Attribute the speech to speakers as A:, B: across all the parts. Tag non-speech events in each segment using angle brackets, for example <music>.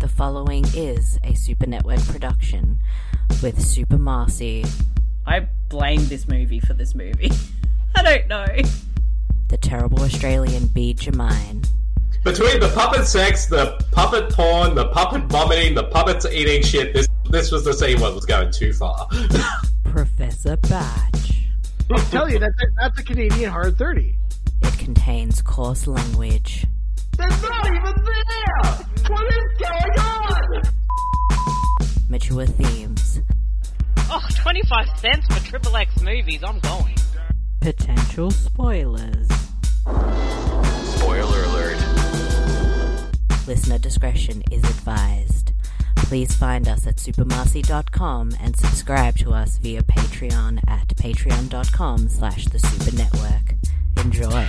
A: the following is a Super Network production with Super Marcy,
B: I blame this movie for this
A: <laughs>
B: movie. I don't know.
A: the terrible Australian Bee Jermine,
C: Between the puppet sex, the puppet porn, the puppet vomiting, the puppets eating shit, this this was the scene where it was going too far. <laughs>
A: Professor Batch.
D: tell you that's a, that's a Canadian hard thirty.
A: It contains coarse language,
E: It's not even there! What is going on?
A: mature themes,
F: Oh, 25 cents for Triple X movies. I'm going.
A: potential spoilers.
G: Spoiler alert.
A: Listener discretion is advised. Please find us at supermarcy.com and subscribe to us via Patreon at patreon.com slash the super network. Enjoy.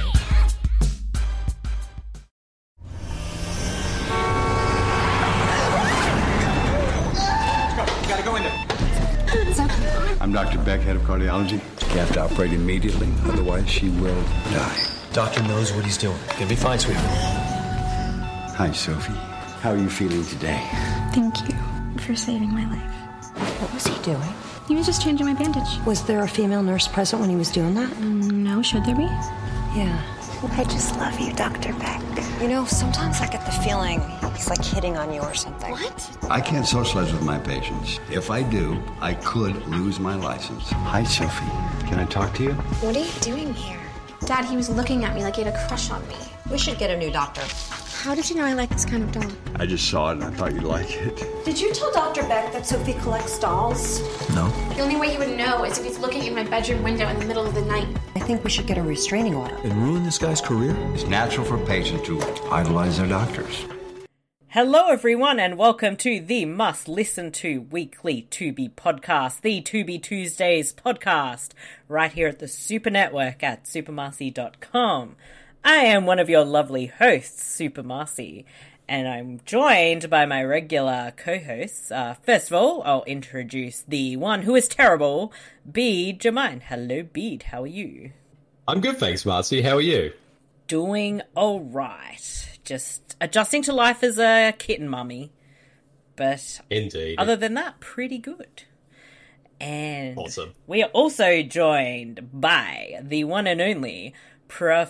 H: I'm Dr. Beck, head of cardiology. You have to operate immediately, otherwise she will die.
I: Doctor knows what he's doing. Gonna be fine, sweetheart.
H: Hi, Sophie. How are you feeling today?
J: Thank you for saving my life.
K: What was he doing?
J: He was just changing my bandage.
K: Was there a female nurse present when he was doing that?
J: No, should there be?
K: Yeah.
J: I just love you, Dr. Beck.
K: You know, sometimes I get the feeling he's like hitting on you or something. What?
H: I can't socialize with my patients. If I do, I could lose my license. Hi, Sophie. Can I talk to you?
J: What are you doing here? Dad, he was looking at me like he had a crush on me.
K: We should get a new doctor.
J: How did you know I like this kind of doll?
H: I just saw it and I thought you'd like it.
K: Did you tell Dr. Beck that Sophie collects dolls?
I: No.
J: The only way he would know is if he's looking in my bedroom window in the middle of the night.
K: I think we should get a restraining order.
I: And ruin this guy's career?
H: It's natural for patients to idolize their doctors.
B: Hello, everyone, and welcome to the Must Listen to Weekly To Be podcast, the To Be Tuesdays podcast, right here at the Super Network at supermarcy.com. I am one of your lovely hosts, Super Marcy, and I'm joined by my regular co hosts. Uh, first of all, I'll introduce the one who is terrible, Bede Jermaine. Hello, Bede, how are you?
C: I'm good, thanks, Marcy. How are you?
B: doing all right. Just adjusting to life as a kitten mummy. But
C: Indeed.
B: other than that, pretty good. And
C: Awesome.
B: we are also joined by the one and only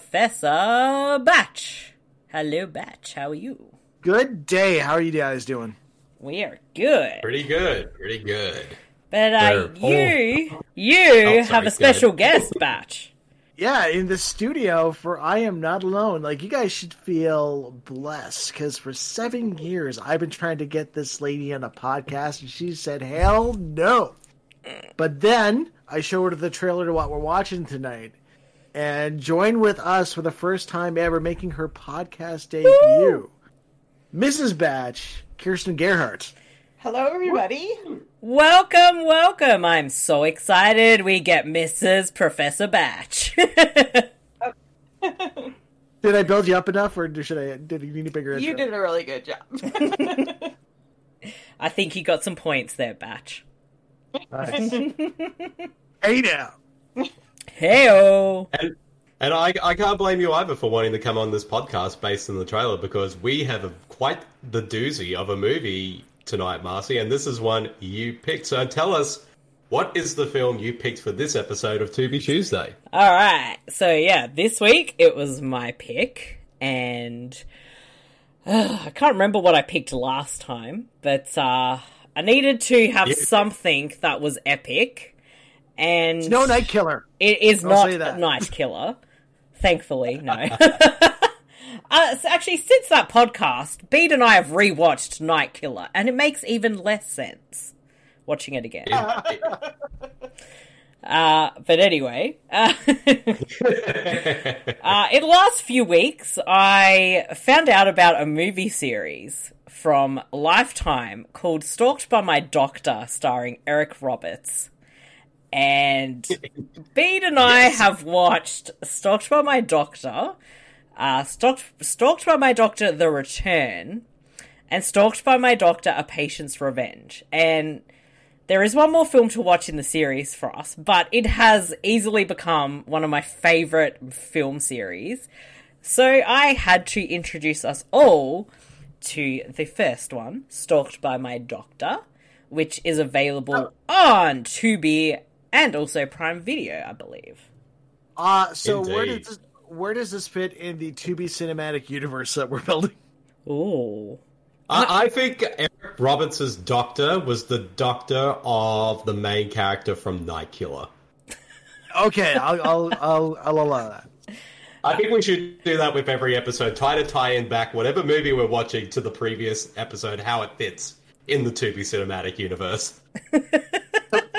B: Professor Batch. Hello, Batch. How are you?
D: Good day. How are you guys doing?
B: We are good.
C: Pretty good. Pretty good.
B: But uh,
C: They're all-
B: you, you
C: Oh, sorry,
B: have
C: go
B: a special guest, Batch.
D: Yeah, in the studio for I Am Not Alone. Like, you guys should feel blessed because for seven years I've been trying to get this lady on a podcast and she said, hell no. But then I showed her the trailer to what we're watching tonight and joined with us for the first time ever making her podcast debut. Mrs. Batch, Kirsten Gerhardt.
E: Hello, everybody.
B: Welcome, welcome. I'm so excited we get Mrs. Professor Batch. <laughs>
D: Did I build you up enough, or should I? Did you need a bigger intro?
E: You did a really good job.
B: I think you got some points there, Batch.
D: Nice.
E: <laughs>
D: hey now,
B: Heyo.
C: And and I, I can't blame you either for wanting to come on this podcast based on the trailer because we have a, quite the doozy of a movie tonight, Marcy, and this is one you picked. So tell us, what is the film you picked for this episode of To Be Tuesday?
B: All right. So yeah, this week it was my pick, and Ugh, I can't remember what I picked last time, but uh, I needed to have
C: Yeah.
B: something that was epic, and
D: no night killer.
B: It is
D: I'll
B: not
D: say that.
B: a night killer. Thankfully,
D: <laughs>
B: no. uh, so actually, since that podcast, Bede and I have rewatched Night Killer, and it makes even less sense watching it again. Uh, but anyway, uh, <laughs> uh, in the last few weeks, I found out about a movie series from Lifetime called Stalked by My Doctor, starring Eric Roberts. And Bede and I have watched Stalked by My Doctor, uh, Stalked, Stalked by My Doctor, The Return, and Stalked by My Doctor, A Patient's Revenge. And there is one more film to watch in the series for us, but it has easily become one of my favorite film series. So I had to introduce us all
A: to the first one, Stalked by My Doctor, which is available on Tubi and also Prime Video, I believe.
D: Uh, so where
C: Indeed.
D: does this, where does this fit in the 2B cinematic universe that we're building? <laughs>
A: Ooh.
C: I, I think Eric Roberts' doctor was the doctor of the main character from Night Killer.
D: Okay, I'll I'll, I'll, I'll allow that.
C: I think we should do that with every episode. Try to tie in back whatever movie we're watching to the previous episode, how it fits in the 2B cinematic universe.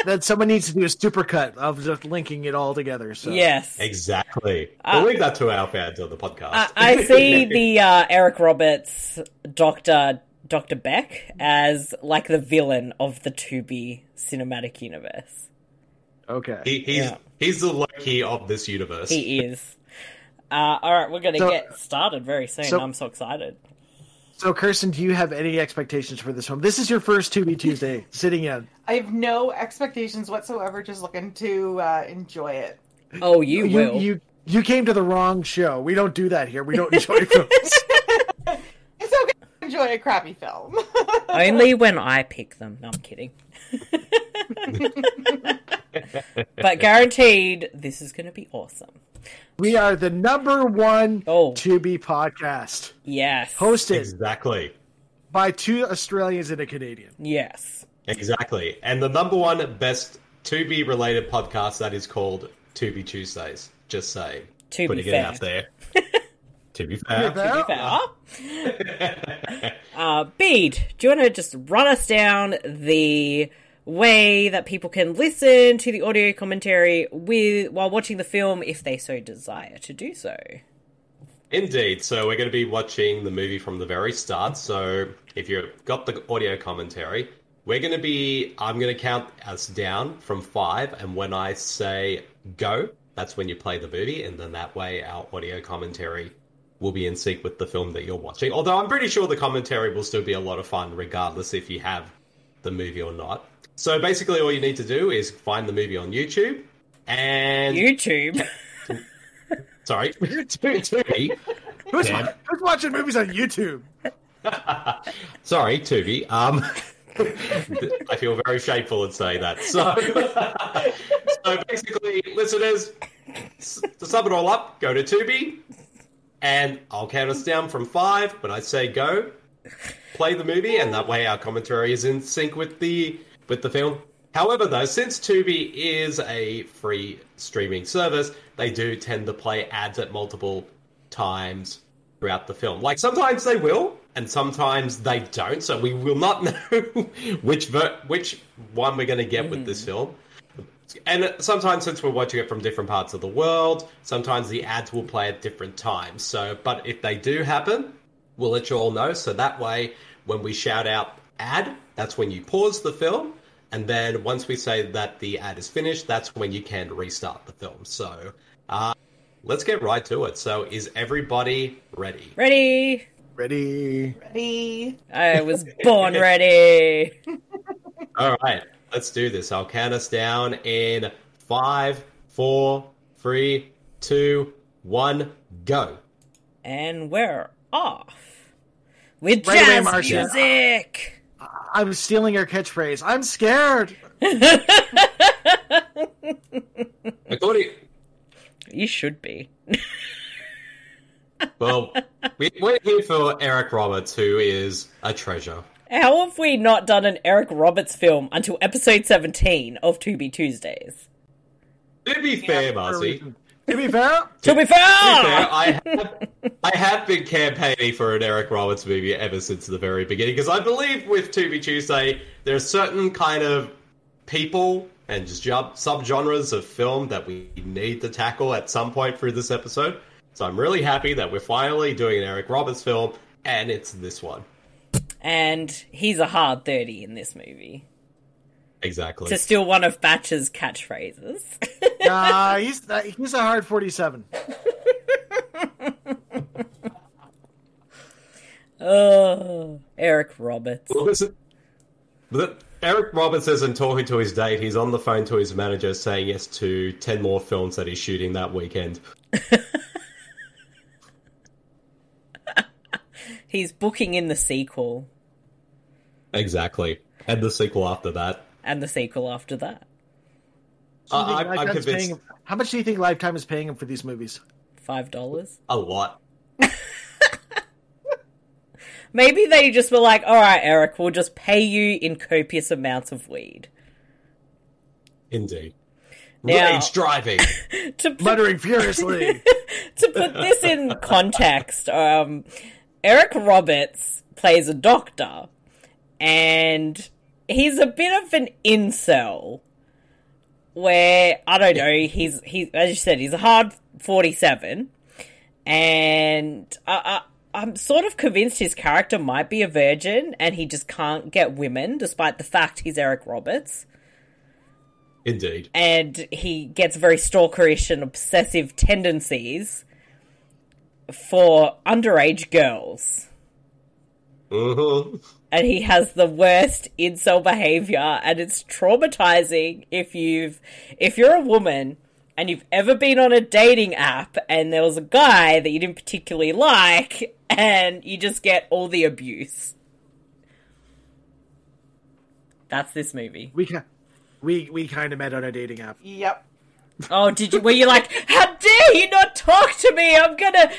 D: That someone needs to do a supercut of just linking it all together. So
A: Yes.
C: Exactly.
A: Uh,
C: we'll leave that to our fans on the podcast.
A: I, I see the uh, Eric Roberts Doctor Doctor Beck as like the villain of the To Be cinematic universe.
D: Okay.
C: he, he's,
A: Yeah.
C: he's the Loki of this universe.
A: He is. Uh, all right, we're gonna
D: So-
A: get started very soon.
D: so-
A: I'm so excited.
D: So Kirsten, do you have any expectations for this film? This is your first 2B Tuesday sitting in.
K: I have no expectations whatsoever. Just looking to uh, enjoy it.
A: Oh, you, will.
D: You you you came to the wrong show. We don't do that here. We don't enjoy <laughs> films.
K: It's okay to enjoy a crappy film. <laughs>
A: Only when I pick them. No, I'm kidding. <laughs> but guaranteed, this is gonna be awesome.
D: We are the number one
A: Oh.
D: 2B podcast
A: Yes.
D: hosted
C: Exactly.
D: by two Australians and a Canadian.
A: Yes.
C: Exactly. And the number one best 2B related podcast that is called 2B Tuesdays. Just saying.
A: To be
C: Putting it
A: fair. <laughs>
C: out there. to be fair.
D: Well,
A: Uh, Bede, do you want to just run us down the way that people can listen to the audio commentary with while watching the film if they so desire to do so?
C: Indeed. So we're going to be watching the movie from the very start. So if you've got the audio commentary, we're going to be, I'm going to count us down from five. And when I say go, that's when you play the movie. And then that way our audio commentary will be in sync with the film that you're watching. Although I'm pretty sure the commentary will still be a lot of fun, regardless if you have the movie or not. So basically, all you need to do is find the movie on YouTube and.
A: YouTube.
C: sorry. <laughs> YouTube.
D: Who's,
C: Damn.
D: who's watching movies on YouTube?
C: Sorry, Tubi. Um, <laughs> I feel very shameful in saying that. So, <laughs> so basically, listeners, s- to sum it all up, go to Tubi, and I'll count us down from five. When I say go, play the movie, and that way our commentary is in sync with the with the film. However, though, since Tubi is a free streaming service, they do tend to play ads at multiple times throughout the film. Like sometimes they will, and sometimes they don't. So we will not <laughs> know which ver- which one we're going to get with this film. And sometimes, since we're watching it from different parts of the world, sometimes the ads will play at different times. So, but if they do happen, we'll let you all know. So that way, when we shout out ad, that's when you pause the film. And then once we say that the ad is finished, that's when you can restart the film. So uh, let's get right to it. So is everybody ready?
A: Ready?
D: Ready?
K: Ready?
A: I was born ready.
C: All right, let's do this. I'll count us down in five, four, three, two, one, go.
A: And we're off with
D: Right away,
A: jazz
D: Marcia.
A: music.
D: I'm stealing your catchphrase. I'm scared.
C: According,
A: You should be.
C: well, we, we're here for Eric Roberts, who is a treasure.
A: How have we not done an Eric Roberts film until episode 17 of To Be Tuesdays?
C: To be fair, Marcy, to be
D: To
C: <laughs>
D: be fair,
A: To be fair!
C: fair, I have, I have been campaigning for an Eric Roberts movie ever since the very beginning because I believe with To Be Tuesday, there are certain kind of people and just job, subgenres of film that we need to tackle at some point through this episode. So I'm really happy that we're finally doing an Eric Roberts film, and it's this one.
A: and he's a hard 30 in this movie.
C: Exactly.
A: to steal one of Batch's catchphrases.
D: nah, he's uh, he's a hard 47.
C: Uh,
A: oh, Eric Roberts.
C: Well, listen, the- Eric Roberts isn't talking to his date. He's on the phone to his manager saying yes to 10 more films that he's shooting that weekend.
A: He's booking in the sequel
C: Exactly. And the sequel after that.
A: and the sequel after that.
C: I, I, I'm
D: Lifetime's
C: convinced
D: paying him- how much do you think Lifetime is paying him for these movies?
A: Five dollars.
C: a lot.
A: Maybe they just were like, all right, Eric, we'll just pay you in copious amounts of weed.
C: Indeed.
A: Now-
C: Rage driving. <laughs>
A: To put
D: Muttering furiously.
A: to put this in context, um, Eric Roberts plays a doctor, and he's a bit of an incel. Where I don't know, he's he's as you said, he's a hard forty-seven, and I, I, I'm sort of convinced his character might be a virgin, and he just can't get women, despite the fact he's Eric Roberts
C: Indeed.
A: and he gets very stalkerish and obsessive tendencies for underage girls.
C: hmm
A: And he has the worst incel behavior, and it's traumatizing if you've if you're a woman and you've ever been on a dating app and there was a guy that you didn't particularly like, and you just get all the abuse. That's this movie.
D: We can, we we kind of met on a dating app.
K: Yep.
A: Oh, did you? Were you like, how dare you not talk to me? I'm gonna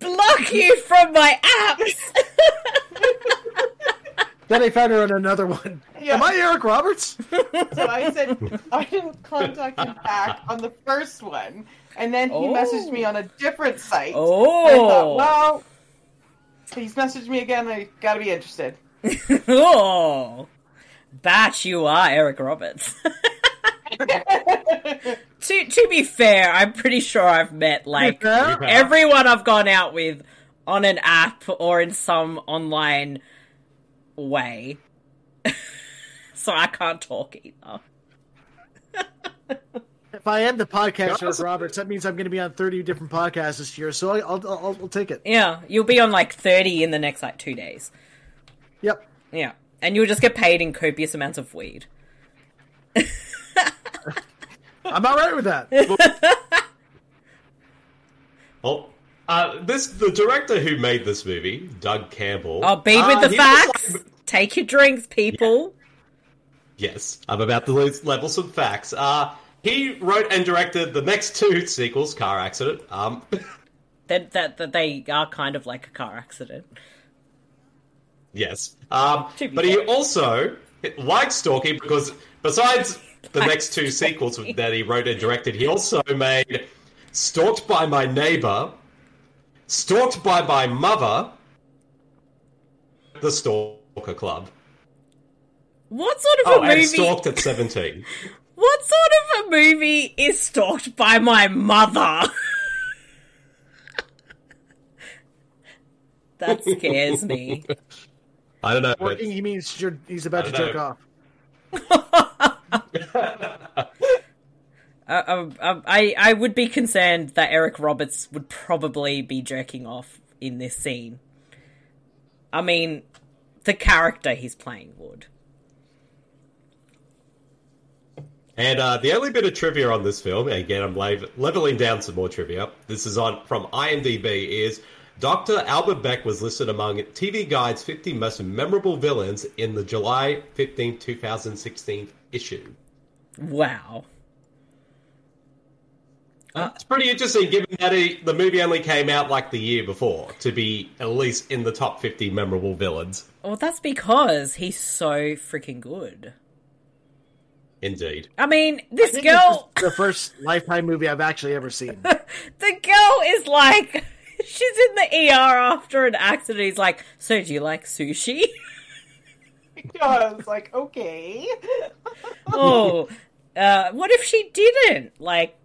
A: block you from my apps. <laughs>
D: Then I found her on another one.
K: Yeah.
D: Am I Eric Roberts?
K: So I said I didn't contact him back on the first one, and then he
A: Oh.
K: messaged me on a different site.
A: Oh.
K: And I thought, well, he's messaged me again. I got to be interested. <laughs>
A: oh, bash you are, Eric Roberts. <laughs> to to be fair, I'm pretty sure I've met like
D: Yeah.
A: everyone I've gone out with on an app or in some online way. <laughs> so I can't talk either.
D: If I am the podcast Eric
C: Guys.
D: Roberts, that means I'm going to be on 30 different podcasts this year. So I- I'll I'll, I'll take it.
A: Yeah, you'll be on like 30 in the next like two days.
D: Yep.
A: Yeah. And you'll just get paid in copious amounts of weed.
D: I'm all right with
C: <laughs>
D: that.
C: Oh, uh, this the director who made this movie, Doug Campbell.
A: Oh, be
C: uh,
A: with the
C: he was
A: facts.
C: like-
A: Take your drinks, people.
C: yes, I'm about to lose, level some facts. Uh, he wrote and directed the next two <laughs> sequels, Car Accident. Um,
A: That, that that they are kind of like a car accident.
C: yes, um,
A: To be
C: but he
A: fair.
C: also liked stalking because besides the
A: Liked
C: next two sequels
A: Stalking.
C: that he wrote and directed, he also made Stalked by My Neighbor, Stalked by My Mother, The Stalker Club.
A: What sort of
C: Oh,
A: a
C: and
A: movie?
C: Stalked at 17.
A: What sort of a movie is stalked by my mother? <laughs> that scares me.
C: I don't know. but-
D: Working, he means you're, he's about
C: I
D: to
C: don't
D: jerk
C: know.
D: off.
A: I, I, Um, I- I would be concerned that Eric Roberts would probably be jerking off in this scene. I mean, the character he's playing would.
C: And uh, the only bit of trivia on this film, and again, I'm lav- leveling down some more trivia. This is on from IMDb. Is Dr. Albert Beck was listed among TV Guide's 50 most memorable villains in the July 15, 2016 issue.
A: Wow.
C: It's pretty interesting, given that he, the movie only came out like the year before, to be at least in the top 50 memorable villains.
A: Well, that's because he's so freaking good.
C: Indeed.
A: I mean,
D: I
A: this
D: think
A: girl,
D: this is the first Lifetime movie I've actually ever seen.
A: the girl is like, <laughs> she's in the ER after an accident. He's like, so do you like sushi?
K: I was like, okay.
A: oh, uh, what if she didn't? Like,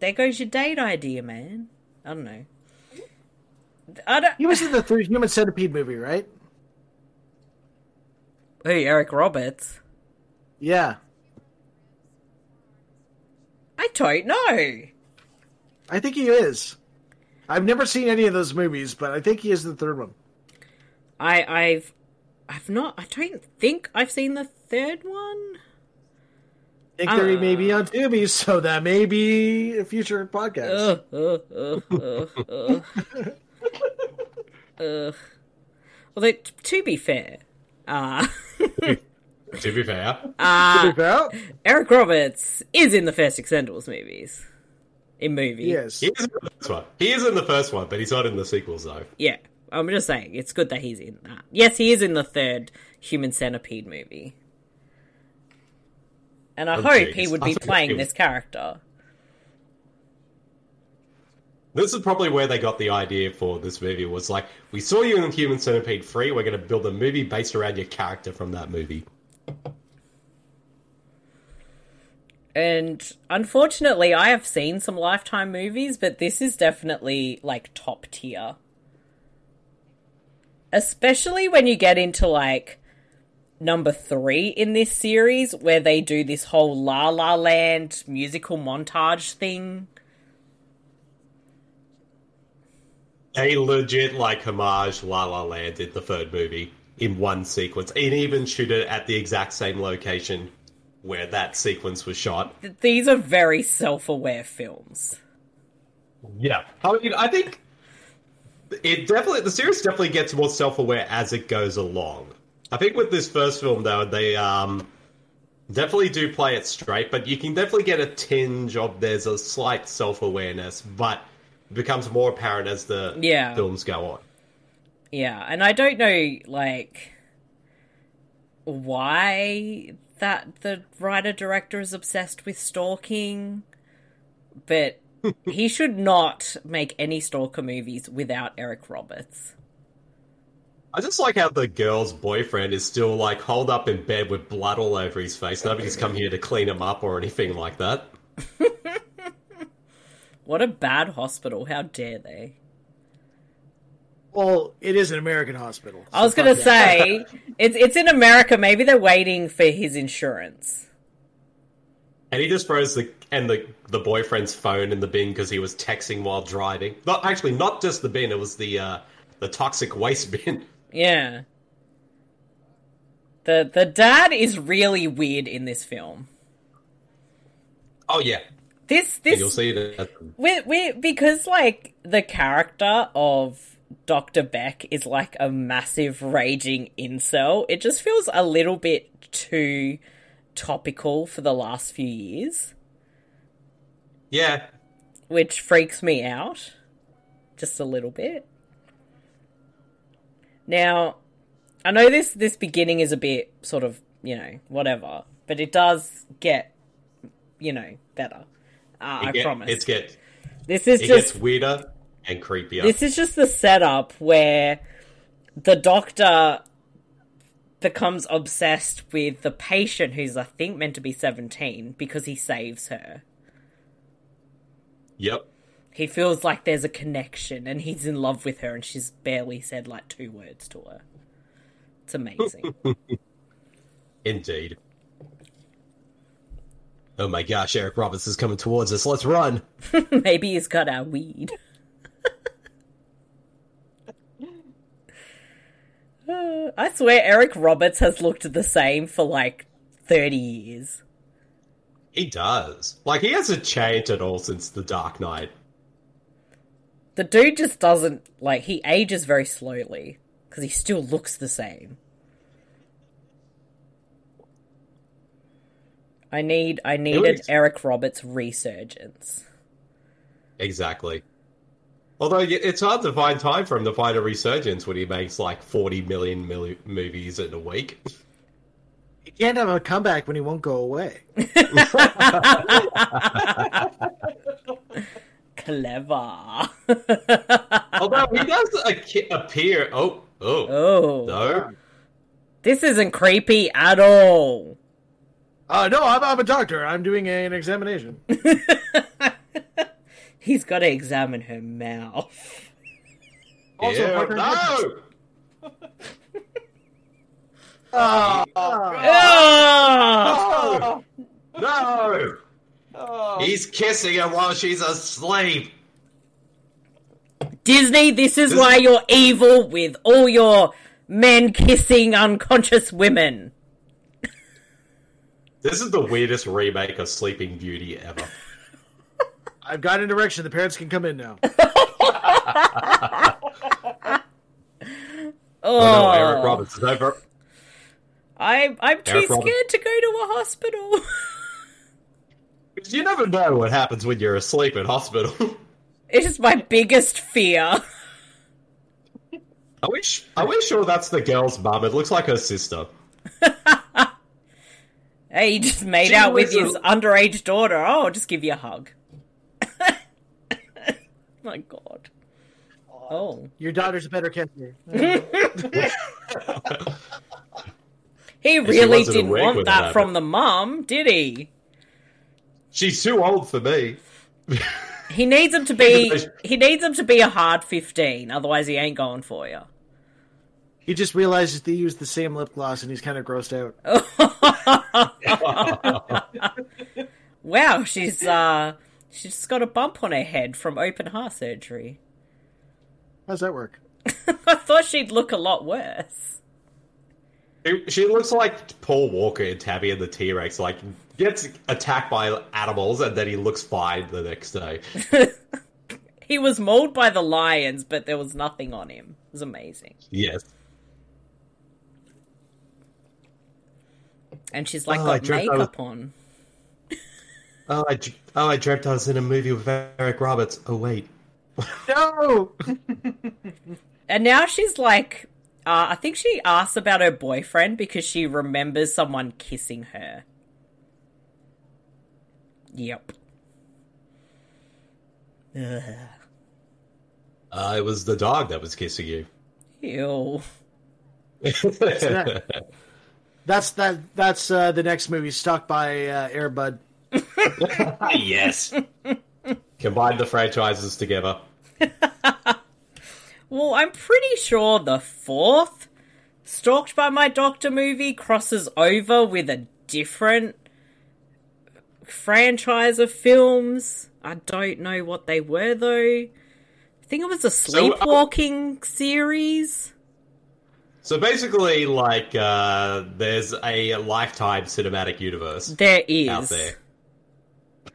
A: there goes your date idea, man. I don't know. I don't.
D: He was in the three Human Centipede movie, right?
A: Hey, Eric Roberts.
D: Yeah.
A: I don't know.
D: I think he is. I've never seen any of those movies, but I think he is in the third one.
A: I, I've, I've not. I don't think I've seen the third one.
D: I think that he may be on Tubi, so that may be a future podcast.
A: Ugh, ugh, ugh, ugh, ugh. Ugh. Although, t- to be fair, uh,
C: to be fair,
A: uh, Eric Roberts is in the first Expendables movies. In movies.
C: He is in the first one. He is in the first one, but he's not in the sequels though.
A: Yeah. I'm just saying, it's good that he's in that. Yes, he is in the third Human Centipede movie. And I
C: Oh,
A: hope he
C: jeez.
A: would
C: I
A: be
C: thought
A: playing
C: he was-
A: this character.
C: This is probably where they got the idea for this movie. Was like, we saw you in Human Centipede Three. We're going to build a movie based around your character from that movie.
A: And unfortunately, I have seen some Lifetime movies, but this is definitely like top tier. Especially when you get into like number three in this series, where they do this whole La La Land musical montage thing.
C: They legit like homage La La Land in the third movie in one sequence, and even shoot it at the exact same location where that sequence was shot.
A: Th- These are very self aware films.
C: Yeah, I mean, I think it definitely the series definitely gets more self aware as it goes along. I think with this first film though, they um definitely do play it straight, but you can definitely get a tinge of there's a slight self awareness, but it becomes more apparent as the
A: Yeah.
C: films go on.
A: Yeah, and I don't know, like, why that the writer director is obsessed with stalking, but he should not make any stalker movies without Eric Roberts.
C: I just like how the girl's boyfriend is still like holed up in bed with blood all over his face. Nobody's come here to clean him up or anything like that.
A: What a bad hospital! How dare they?
D: Well, it is an American hospital.
A: I was
D: so
A: gonna
D: fuck that.
A: say it's it's in America. Maybe they're waiting for his insurance.
C: And he just throws the and the the boyfriend's phone in the bin because he was texting while driving. Not actually, not just the bin. It was the uh, the toxic waste <laughs> bin.
A: Yeah. The the dad is really weird in this film.
C: Oh yeah,
A: This
C: And
A: this
C: you'll see it. at-
A: we we because like the character of Dr. Beck is like a massive raging incel. It just feels a little bit too topical for the last few years,
C: Yeah,
A: which freaks me out just a little bit. Now, I know this this beginning is a bit sort of, you know, whatever, but it does get you know, better. Uh,
C: it
A: I
C: get-
A: promise.
C: It's get
A: this is
C: it
A: just
C: gets weirder and creepier.
A: This is just the setup where the doctor becomes obsessed with the patient who's, I think, meant to be 17 because he saves her.
C: yep.
A: He feels like there's a connection and he's in love with her and she's barely said like two words to her. It's amazing.
C: Indeed. Oh my gosh, Eric Roberts is coming towards us. Let's run.
A: Maybe he's got our weed. <laughs> Uh, I swear Eric Roberts has looked the same for like 30 years.
C: He does. Like he hasn't changed at all since the Dark Knight.
A: The dude just doesn't like he ages very slowly because he still looks the same. I need I need an
C: is-
A: Eric Roberts resurgence.
C: Exactly. Although y- it's hard to find time for him to find a resurgence when he makes like 40 million mil- movies in a week.
D: He can't have a comeback when he won't go away.
A: Clever. <laughs>
C: Although he does ac- appear. Oh, oh.
A: Oh.
C: No.
A: This isn't creepy at all.
D: Uh, no, I'm, I'm a doctor. I'm doing a- an <laughs> examination.
A: He's got to examine her mouth.
D: Also,
C: Ew,
D: Parker-
C: no!
A: Ah!
K: Oh,
C: No!
K: oh.
C: He's kissing her while she's asleep!
A: Disney, this is why you're evil with all your men kissing unconscious women.
C: This is the weirdest remake of Sleeping Beauty ever.
D: I've got an erection. The parents can come in now.
A: Oh,
C: no, Eric Roberts is over.
A: I'm I'm too
C: Eric
A: scared
C: Roberts.
A: to go to a hospital. <laughs>
C: You never know what happens when you're asleep in hospital. <laughs>
A: it is my biggest fear.
C: Are we, sh- are we sure that's the girl's mum? It looks like her sister.
A: Hey, he just made
C: She
A: out with
C: was
A: his
C: a-
A: underage daughter. Oh, I'll just give you a hug. <laughs> My God. Oh.
D: Your daughter's a better kisser.
A: He
C: And she
A: really
C: wasn't
A: didn't
C: awake
A: want
C: when it
A: that from
C: happened.
A: the mum, did he?
C: She's too old for me.
A: He needs him to be.
C: Even though
A: He needs him to be a hard fifteen, otherwise he ain't going for you.
D: He just realizes they use the same lip gloss and he's kind of grossed out.
A: Wow, she's uh, she's just got a bump on her head from open heart surgery. <laughs>
D: How's that work?
A: I thought she'd look a lot worse.
C: She- She looks like Paul Walker in Tabby and the T Rex, like, gets attacked by animals and then he looks fine the next day.
A: He was mauled by the lions, but there was nothing on him. It was amazing.
C: Yes.
A: And she's like
C: Oh, I
A: got
C: dreamt I
A: makeup
C: was-
A: on.
C: Oh, I, dr- oh, I dreamt I was in a movie with Eric Roberts. Oh, wait.
D: No.
A: And now she's like, uh, I think she asks about her boyfriend because she remembers someone kissing her. Yep. Ugh.
C: Uh, it was the dog that was kissing you.
A: Ew.
D: <laughs>
C: <laughs>
D: That's that. That's uh, the next movie, Stuck by uh, Airbud.
C: yes. <laughs> Combine the franchises together.
A: Well, I'm pretty sure the fourth Stalked by My Doctor movie crosses over with a different franchise of films. I don't know what they were, though. I think it was a
C: uh,
A: sleepwalking series.
C: So basically, like, uh, there's a lifetime cinematic universe.
A: There is.
C: Out there.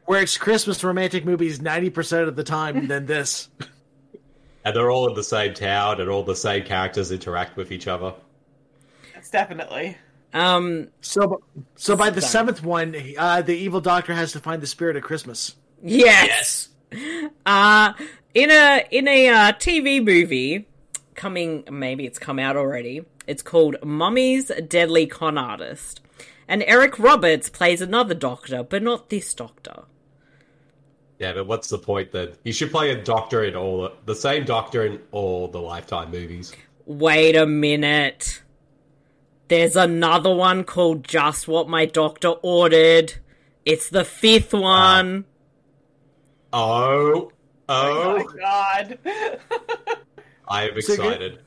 D: Where it's Christmas romantic movies ninety percent of the time than <laughs> this.
C: And they're all in the same town, and all the same characters interact with each other.
K: It's definitely.
A: Um,
D: So, so by the
A: Sorry.
D: seventh one, uh, the evil doctor has to find the spirit of Christmas.
A: Yes. Uh in a in a uh, TV movie coming maybe it's come out already. It's called Mummy's Deadly Con Artist. And Eric Roberts plays another doctor, but not this doctor.
C: Yeah, but what's the point then? You should play a doctor in all the same doctor in all the Lifetime movies.
A: Wait a minute. There's another one called Just What My Doctor Ordered. It's the fifth one.
C: Oh,
K: Oh
C: oh!
K: my god.
C: I am
D: So good.
C: excited.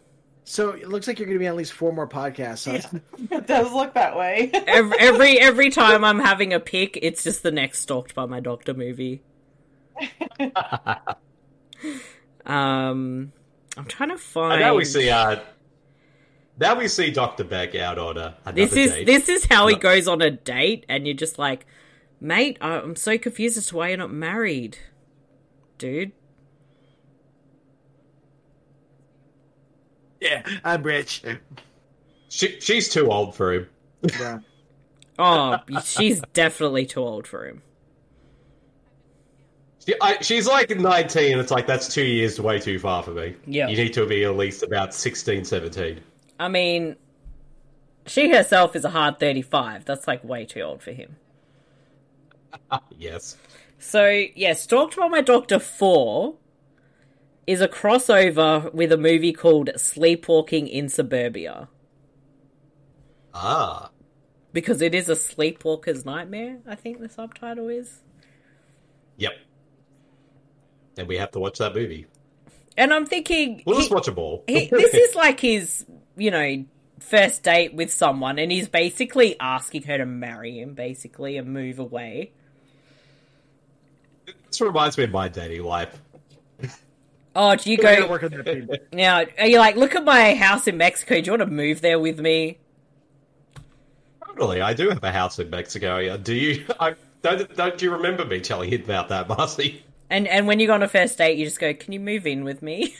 D: So it looks like you're going to be on at least four more podcasts. huh?
K: It does look that way.
A: every, every every time I'm having a pick, it's just the next stalked by my doctor
C: <laughs>
A: movie. um, I'm trying to find.
C: And now we see uh, now we see Doctor Beck out on a another
A: this is
C: date.
A: this is how he goes on a date, and you're just like, mate, I- I'm so confused as to why you're not married, dude.
D: yeah, <laughs> I'm rich.
C: She, she's too old for him.
D: Yeah.
A: Oh,
C: <laughs>
A: she's definitely too old for him.
C: She, I, she's like 19, and it's like, that's two years way too far for me.
A: Yeah.
C: You need to be at least about 16, 17.
A: I mean, she herself is a hard 35. That's like way too old for him.
C: Yes.
A: So, yeah, Stalked by My Doctor 4 is a crossover with a movie called Sleepwalking in Suburbia
C: Ah.
A: because it is a sleepwalker's nightmare, I think the subtitle is.
C: Yep. And we have to watch that movie.
A: And I'm thinking
C: We'll
A: he-
C: just watch them all. <laughs>
A: he, this is like his, you know, first date with someone and he's basically asking her to marry him basically and move away.
C: this reminds me of my dating life.
A: Oh, do you
D: We're gonna
A: go
D: work on that theme.
A: now? Are you like, look at my house in Mexico. Do you want to move there with me?
C: Totally. I do have a house in Mexico. Yeah, Do you? I, don't, don't you remember me telling you about that, Marcy?
A: And and when you go on a <laughs> first date, you just go, "Can you move in with me?"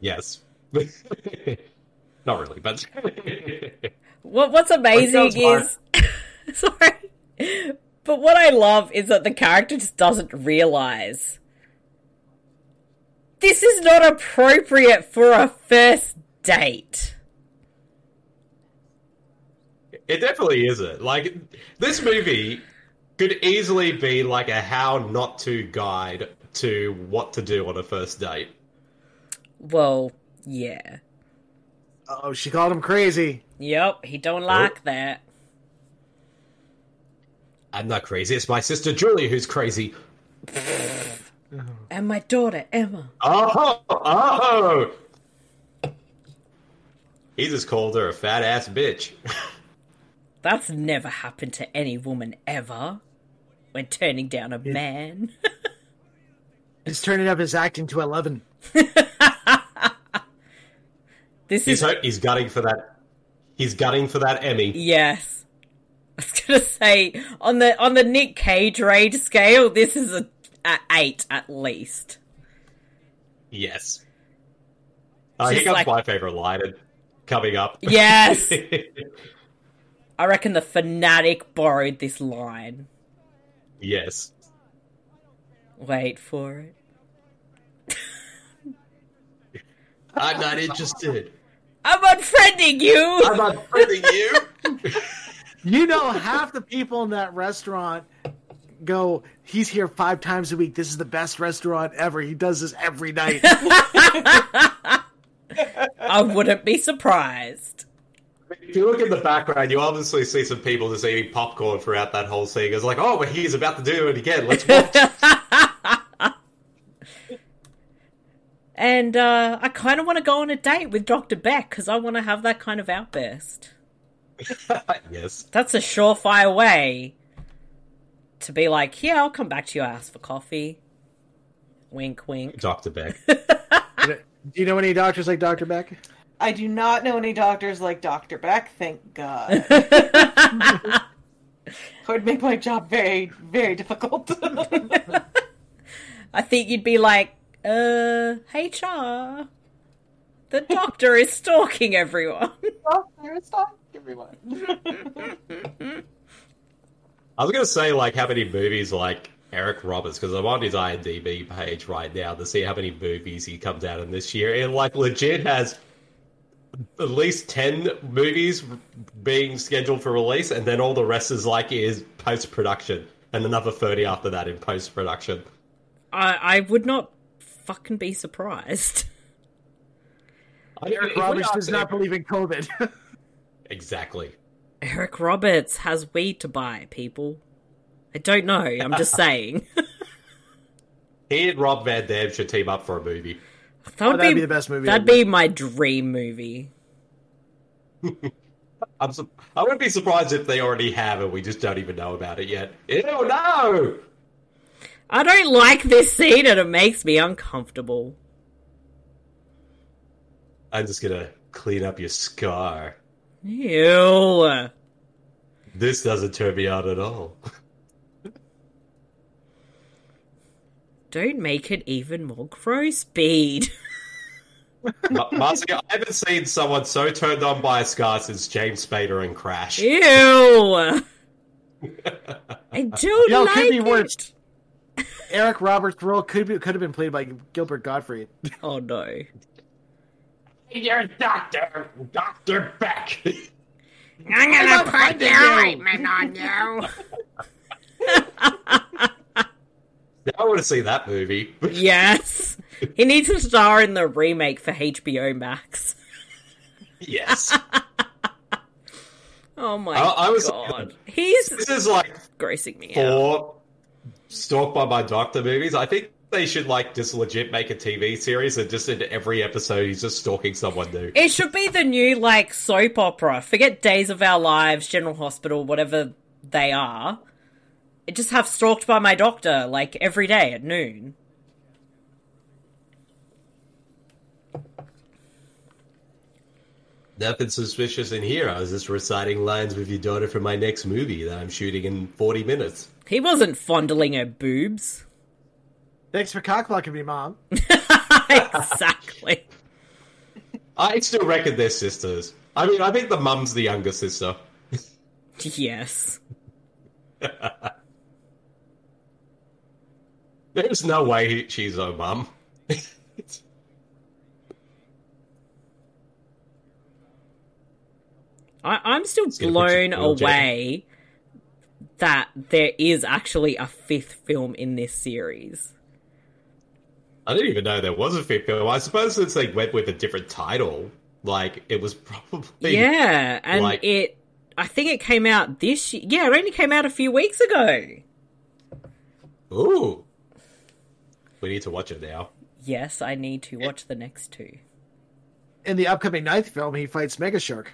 C: Yes. <laughs> Not really, but <laughs>
A: What What's amazing
C: Like,
A: is <laughs> sorry, but what I love is that the character just doesn't realize this is not appropriate for a first date.
C: it definitely isn't. Like this movie could easily be like a how not to guide to what to do on a first date.
A: Well, yeah.
D: Oh, she called him crazy.
A: Yep, he don't like that.
C: I'm not crazy. It's my sister Julie who's crazy.
A: And my daughter Emma.
C: Oh, oh! He just called her a fat ass bitch.
A: That's never happened to any woman ever. When turning down a man. <laughs>
D: He's turning up his acting to 11.
A: This is
C: he's ho- he's gutting for that. He's gutting for that Emmy.
A: yes. I was gonna say on the on the Nick Cage rage scale, this is a, a eight at least.
C: Yes. Uh,
A: Just
C: here comes
A: like-
C: my favorite line in- coming up.
A: Yes.
C: <laughs>
A: I reckon the fanatic borrowed this line.
C: yes.
A: Wait for it.
C: I'm not interested.
A: I'm unfriending you.
C: I'm unfriending you.
D: You know, half the people in that restaurant go, he's here five times a week. This is the best restaurant ever. He does this every
C: <laughs>
D: night.
A: I wouldn't be surprised.
C: If you look in the background, you obviously see some people just eating popcorn throughout that whole scene. It's like, oh, but he's about to do it again. Let's watch.
A: And uh, I kind of want to go on a date with Dr. Beck because I want to have that kind of outburst.
C: yes.
A: That's a surefire way to be like, yeah, I'll come back to your ass for coffee. Wink, wink.
C: Dr. Beck.
D: Do you know any doctors like Dr. Beck?
K: I do not know any doctors like Dr. Beck, thank God. would make my job very, very difficult.
A: I think you'd be like, uh, HR, the doctor is stalking everyone.
K: everyone.
C: I was going to say, like, how many movies, like, Eric Roberts, because I'm on his IMDb page right now to see how many movies he comes out in this year. And, like, legit has at least 10 movies being scheduled for release, and then all the rest is, like, is post production, and another 30 after that in post production.
A: I, I would not fucking be surprised.
D: Eric Roberts does not believe in COVID. <laughs>
C: Exactly.
A: Eric Roberts has weed to buy, people. I don't know. I'm just saying. <laughs>
C: He and Rob Van Dam should team up for a movie.
A: That would
D: that'd be the best movie
A: That'd
D: ever.
A: be my dream movie.
C: I'm su- I wouldn't be surprised if they already have and we just don't even know about it yet. Ew, no!
A: I don't like this scene and it makes me uncomfortable.
C: I'm just gonna clean up your scar.
A: Ew.
C: This doesn't turn me on at all.
A: Don't make it even more gross, Bede.
C: Ma- Marcy, I haven't seen someone so turned on by a scar since James Spader and Crash.
A: Ew. I don't
D: Yo,
A: like
D: could be
A: it.
D: worse. Eric Roberts' role could be, could have been played by Gilbert Gottfried.
A: Oh no.
E: You're a doctor.
C: Dr. Beck!
A: I'm gonna put the
E: ointment
A: on you.
C: <laughs> I want to see that movie.
A: Yes. He needs to star in the remake for HBO Max. <laughs>
C: yes.
A: Oh my
C: I- I was-
A: god. He's
C: This is like
A: grossing me out.
C: four Stalked by My Doctor movies. I think they should like just legit make a TV series and just in every episode he's just stalking someone new.
A: It should be the new like soap opera. Forget Days of Our Lives, General Hospital, whatever they are. It just have stalked by my doctor like every day at noon.
C: Nothing suspicious in here. I was just reciting lines with your daughter for my next movie that I'm shooting in 40 minutes.
A: He wasn't fondling her
C: <laughs>
A: boobs.
D: Thanks for cockblocking me, Mom.
A: exactly.
C: I still reckon they're sisters. I mean, I think the mum's the younger sister.
A: Yes.
C: There's no way he- she's her mum. <laughs>
A: I, I'm still
C: gonna put
A: blown
C: you- well, Jacob.
A: away that there is actually a fifth film in this series.
C: I didn't even know there was a fifth film. I suppose since they went with a different title, like it was probably
A: yeah, and
C: like-
A: it. I think it came out this year. Yeah, it only came out a few weeks ago.
C: Ooh, we need to watch it now.
A: Yes, I need to watch the next two.
D: In the upcoming ninth film, he fights Mega Shark.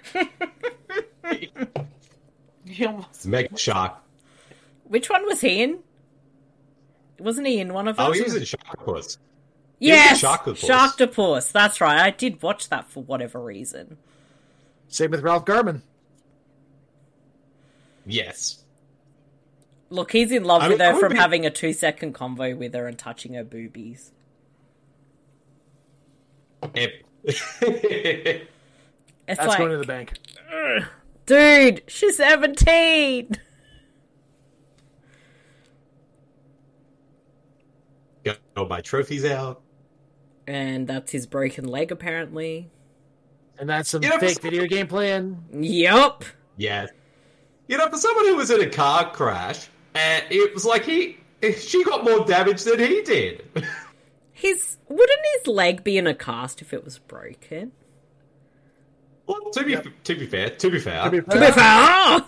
C: Mega Shark.
A: Which one was he in? Wasn't he in one of
C: Oh,
A: those?
C: he was in Sharktopus. he was in
A: Yes,
C: Sharktopus.
A: Sharktopus. That's right. I did watch that for whatever reason.
D: Same with Ralph Garman.
C: Yes.
A: Look, he's in love
C: I
A: with
C: mean, I
A: her
C: would
A: from
C: be-
A: having a two-second convo with her and touching her boobies.
C: <laughs> Yep.
A: It's
D: That's
A: like,
D: going to the bank.
A: "Ugh, dude, she's seventeen.
C: Got all my trophies out.
A: and that's his broken leg apparently.
D: And that's some
C: You know,
D: fake video game playing.
A: Yep.
C: Yes. You know, for someone who was in a car crash, and it was like he, she got more damage than he did. <laughs>
A: His wouldn't his leg be in a cast if it was broken?
C: Well, to be to be fair, to be fair,
A: To <laughs> be fair,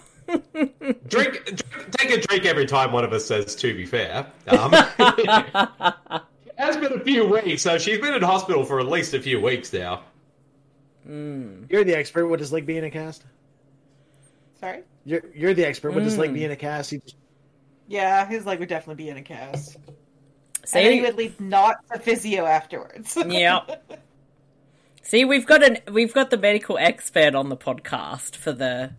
C: drink, drink, take a drink every time one of us says "to be fair." <laughs> Um, it has been a few weeks, so she's been in hospital for at least a few weeks now.
D: You're the expert. What does leg be in a cast?
K: Sorry.
D: You're you're the expert. What does leg
K: Mm.
D: be in a cast? He just
K: Yeah, his leg would definitely be in a cast.
A: See?
K: And then he would leave not a physio afterwards.
A: Yep. See, we've got an we've got the medical expert on the podcast for the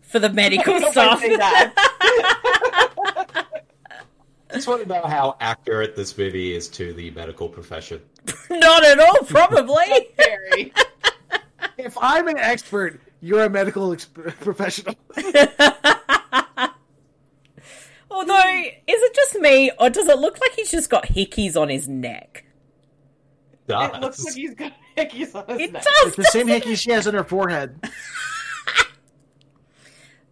A: for the medical
K: <laughs> <laughs> Don't
A: stuff.
K: say that.
C: I just want to know how accurate this movie is to the medical profession.
A: <laughs> Not at all, probably.
K: Very.
D: if I'm an expert, you're a medical exp- <laughs> professional.
A: Although, is it just me, or does it look like he's just got hickeys on his neck?
K: It looks like he's got hickeys on his
A: It
K: neck.
A: does.
D: It's the same hickey she has on her forehead.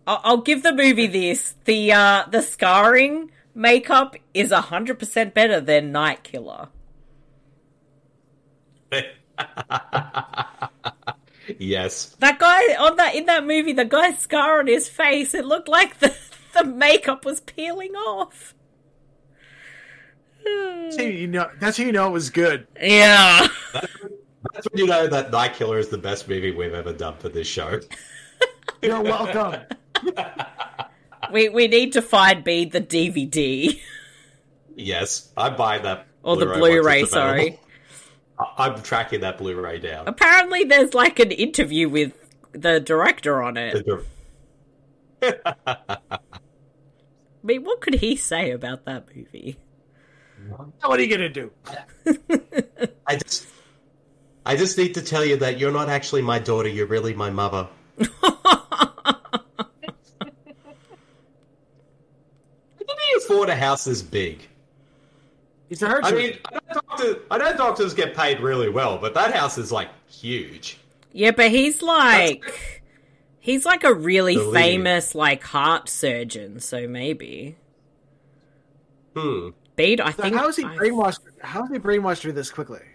A: I'll, I'll give the movie this: the uh, the scarring makeup is hundred percent better than Night Killer.
C: <laughs> yes.
A: That guy on that in that movie, the guy's scar on his face, it looked like the <laughs> the makeup was peeling off.
D: See, you know, that's how you know it was good.
A: Yeah.
C: That's when you know that Night Killer is the best movie we've ever done for this show.
D: You're welcome.
A: We we need to find Bede the DVD
C: Yes, I buy that.
A: or Oh, the
C: once it's
A: Blu-ray.
C: available.
A: Sorry.
C: I- I'm tracking that Blu-ray down.
A: Apparently, there's like an interview with the director on it. I mean, what could he say about that movie?
D: Now <laughs> what are you gonna do?
C: I just, I just need to tell you that you're not actually my daughter. You're really
A: <laughs>
C: my mother. How can he afford a house this big?
D: It's a hard
C: I mean, I know, doctors, I know doctors get paid really well, but that house is like huge.
A: Yeah, but he's like he's like a really
C: The lead.
A: famous like heart surgeon, so maybe.
C: Hmm.
A: Bede, I
D: So
A: think
D: how is he
A: I-
D: brainwashed? How is he brainwashed her this quickly?
C: <laughs>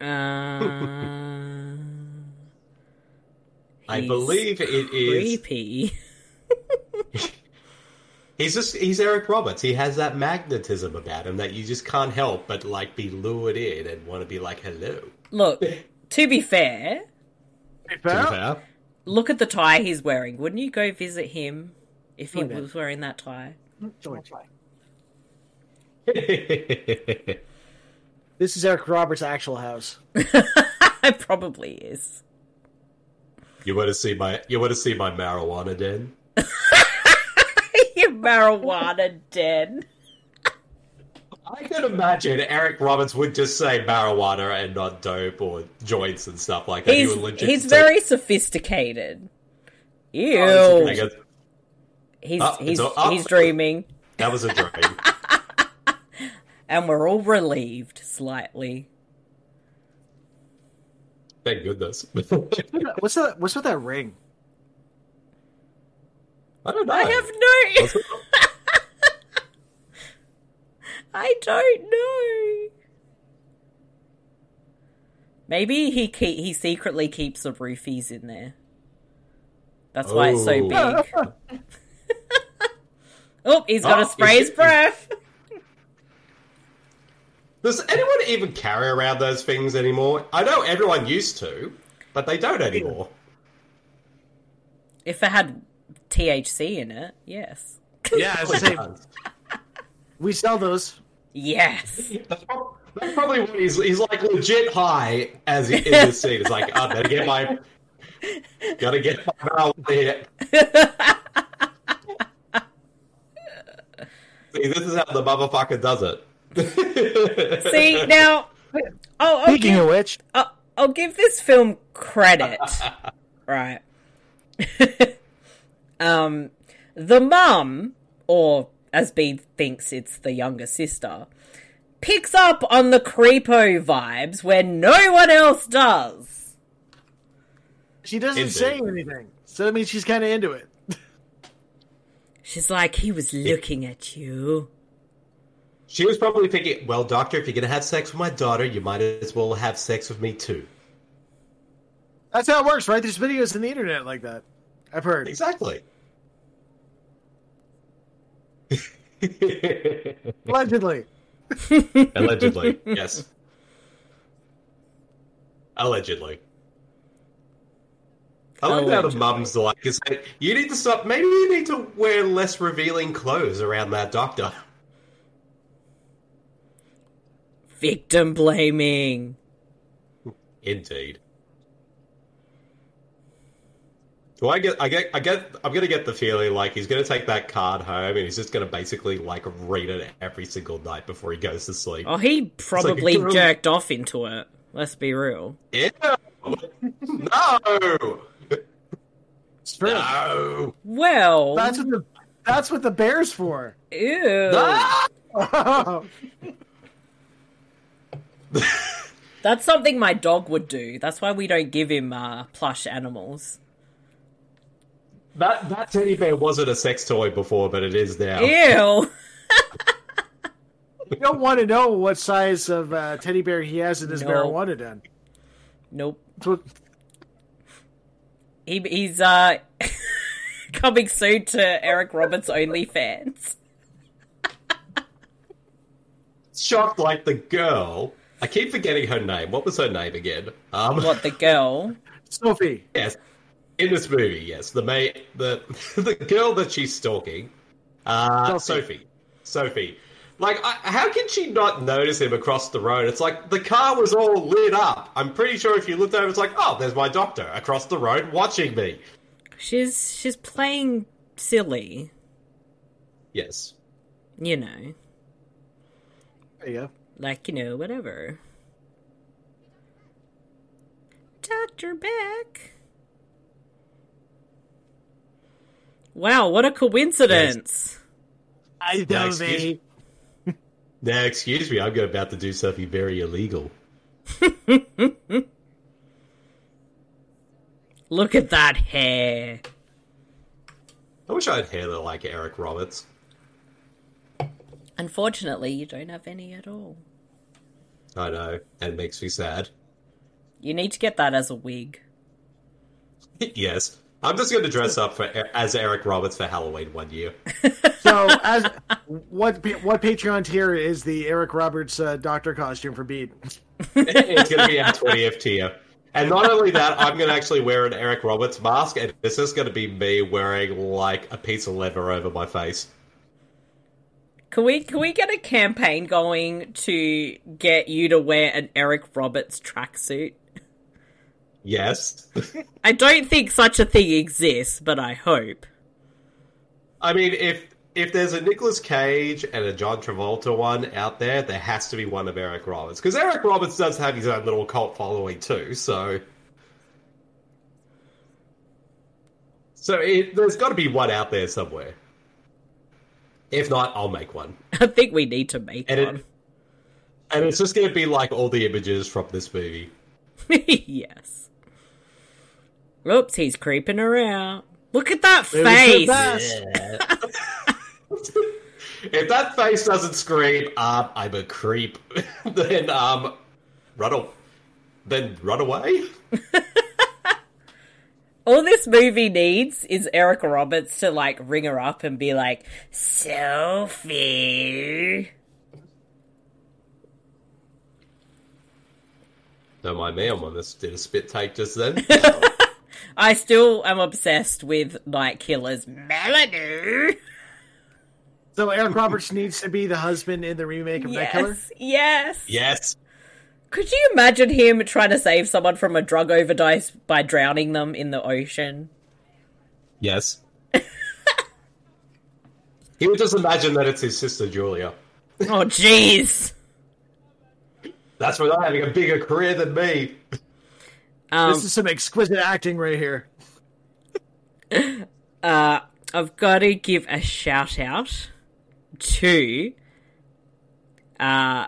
A: Uh,
C: I
A: he's
C: believe it is.
A: creepy.
C: He's just he's Eric Roberts. He has that magnetism about him that you just can't help but like be lured in and want to be like hello.
A: Look, to be fair,
C: To be fair.
A: look at the tie he's wearing. Wouldn't you go visit him if he
D: Oh, yeah.
A: was wearing that tie? <laughs>
D: This is Eric Roberts' actual house.
A: it probably is.
C: <laughs>
A: <laughs>
C: you want to see my you want to see my marijuana den?
A: Your marijuana den.
C: I could imagine Eric Roberts would just say marijuana and not dope or joints and stuff like that.
A: He's,
C: he would legit
A: he's
C: say- <laughs>
A: very sophisticated. Ew.
C: Oh, this is gonna go-
A: he's
C: Up,
A: he's,
C: it's up.
A: he's dreaming,
C: That was a dream.
A: and we're all relieved slightly.
C: Thank goodness. <laughs>
D: What's that? What's with that <laughs> ring?
C: I don't know.
A: I have no. <laughs> I don't know. Maybe he keep, he secretly keeps the roofies in there. That's why it's so
C: Oh.
A: big. oh, he's got
C: Oh,
A: to spray his
C: he's-
A: breath.
C: Does anyone even carry around those things anymore? I know everyone used to, but they don't anymore.
A: If it had THC in it, yes.
D: Yeah, it's the same. We sell those.
A: Yes.
C: That's probably what he's, he's like legit high as he in this scene. It's like, I better get my. Gotta get my marijuana here. See, this is how the motherfucker does it.
A: See now, oh, I'll
D: Speaking
A: give,
D: of which,
A: I'll, I'll give this film
C: <laughs>
A: credit, right? <laughs> um, the mum, or as Bede thinks it's the younger sister, picks up on the creepo vibes where no one else does.
D: she doesn't
C: Into
D: say
C: it.
D: anything, so I mean, she's kind of into it.
A: She's like, he was looking at you.
C: <laughs> She was probably thinking, well, doctor, if you're gonna have sex with my daughter, you might as well have sex with me too.
D: That's how it works, right? There's videos on the internet like that. I've heard.
C: Exactly.
D: Allegedly.
C: Allegedly, yes. Allegedly. I like how the
A: Allegedly.
C: mum's like, it's like, you need to stop. Maybe you need to wear less revealing clothes around that doctor. <laughs>
A: Victim blaming.
C: Indeed. Do I get? I get. I get. I'm gonna get the feeling like he's gonna take that card home and he's just gonna basically like read it every single night before he goes to sleep.
A: Oh, he probably
C: girl-
A: jerked off into it. Let's be real.
C: Ew. no.
D: It's true.
C: No.
A: Well,
D: That's what the that's what the bear's for. <laughs>
A: ew.
C: Ah!
A: That's something my dog would do. That's why we don't give him uh, plush animals.
C: That that teddy bear wasn't a sex toy before, but it is now.
A: Ew.
D: you don't want to know what size of uh, teddy bear he has in his
A: No.
D: marijuana den.
A: Nope.
D: That's what-
A: He, he's uh, <laughs> coming soon to Eric Roberts' OnlyFans.
C: Shocked like the girl. I keep forgetting her name. What was her name again? Um,
A: What the girl?
D: Sophie.
C: Yes, in this movie, yes, the ma- the <laughs> the girl that she's stalking, uh, Sophie.
D: Sophie.
C: Sophie, Like, I, how can she not notice him across the road? It's like the car was all lit up. I'm pretty sure if you looked over, it's like, oh, there's my doctor across the road watching me.
A: She's she's playing silly,
C: Yes,
A: you know,
D: There you go.
A: like you know whatever. Doctor Beck. Wow, what a coincidence!
D: I
C: know, excuse- mate. now excuse me, I'm about to do something very illegal.
A: Look at that hair.
C: I wish I had hair that like Eric Roberts.
A: Unfortunately, you don't have any at all.
C: I know, and it makes me sad. <laughs>
A: You need to get that as a wig.
C: yes, I'm just going to dress up for as Eric Roberts for Halloween one year. <laughs>
D: So, as what pa- what Patreon tier is the Eric Roberts uh, doctor costume for Bede?
C: it's going to be our 20th tier. And not only that, I'm going to actually wear an Eric Roberts mask, and this is going to be me wearing like a piece of leather over my face.
A: Can we can we get a campaign going to get you to wear an Eric Roberts tracksuit?
C: Yes.
A: I don't think such a thing exists, but I hope.
C: I mean, if if there's a Nicolas Cage and a John Travolta one out there, there has to be one of Eric Roberts because Eric Roberts does have his own little cult following too. So, so it, there's got to be one out there somewhere. If not, I'll make one.
A: I think we need to make
C: And it-
A: one. <laughs>
C: And it's just going to be like all the images from this movie.
A: yes. Oops, he's creeping around. Look at that
C: It was
A: face.
C: the best. if that face doesn't scream, um, I'm a creep, <laughs> then um, run away. Then run away.
A: All this movie needs is Eric Roberts to like ring her up and be like, Sophie.
C: Don't mind me. I'm on this. Did a spit take just then.
A: I still am obsessed with Night Killer's Melody.
D: So Eric Roberts needs to be the husband in the remake of Night Killer.
A: Yes, yes.
C: Yes.
A: Could you imagine him trying to save someone from a drug overdose by drowning them in the ocean?
C: Yes. he would just imagine that it's his sister Julia.
A: Oh, jeez.
C: That's for not having a bigger career than me.
A: Um,
D: this is some exquisite acting right here.
A: uh, I've got to give a shout out to uh,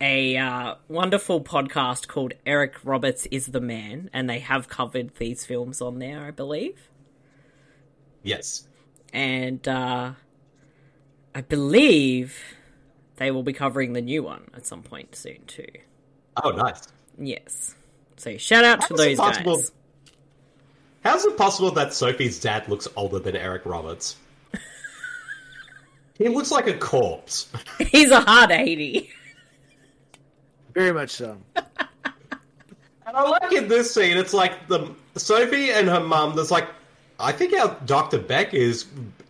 A: a uh, wonderful podcast called Eric Roberts is the Man, and they have covered these films on there, I believe.
C: Yes.
A: And uh, I believe they will be covering the new one at some point soon, too.
C: Oh, nice.
A: Yes. So shout out to
C: How's it
A: those
C: possible-
A: guys.
C: How's it possible that Sophie's dad looks older than Eric Roberts? he looks like a corpse.
A: <laughs> He's a hard 80.
D: Very much so.
C: And I like in this scene, it's like the Sophie and her mum. There's like, I think our Doctor Beck is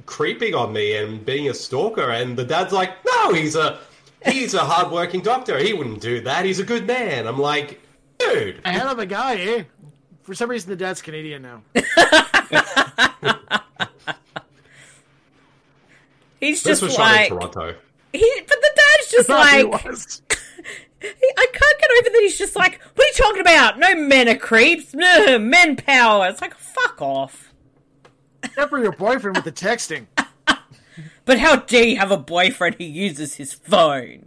C: creeping on me and being a stalker, and the dad's like, no, he's a he's a hardworking doctor. He wouldn't do that. He's a good man. I'm like, dude,
D: A hell of a guy, eh? For some reason, the dad's
A: <laughs>
D: Canadian now.
A: He's
C: this
A: just
C: was
A: like.
C: shot in Toronto.
A: He, but the dad's
D: <laughs>
A: just
D: Probably
A: like,
D: was.
A: he- I can't get over that. He's just like, what are you talking about? No men are creeps. No men power. It's like, fuck off.
D: Except for your boyfriend with
A: <laughs>
D: the texting.
A: But how dare you have a boyfriend who uses his phone?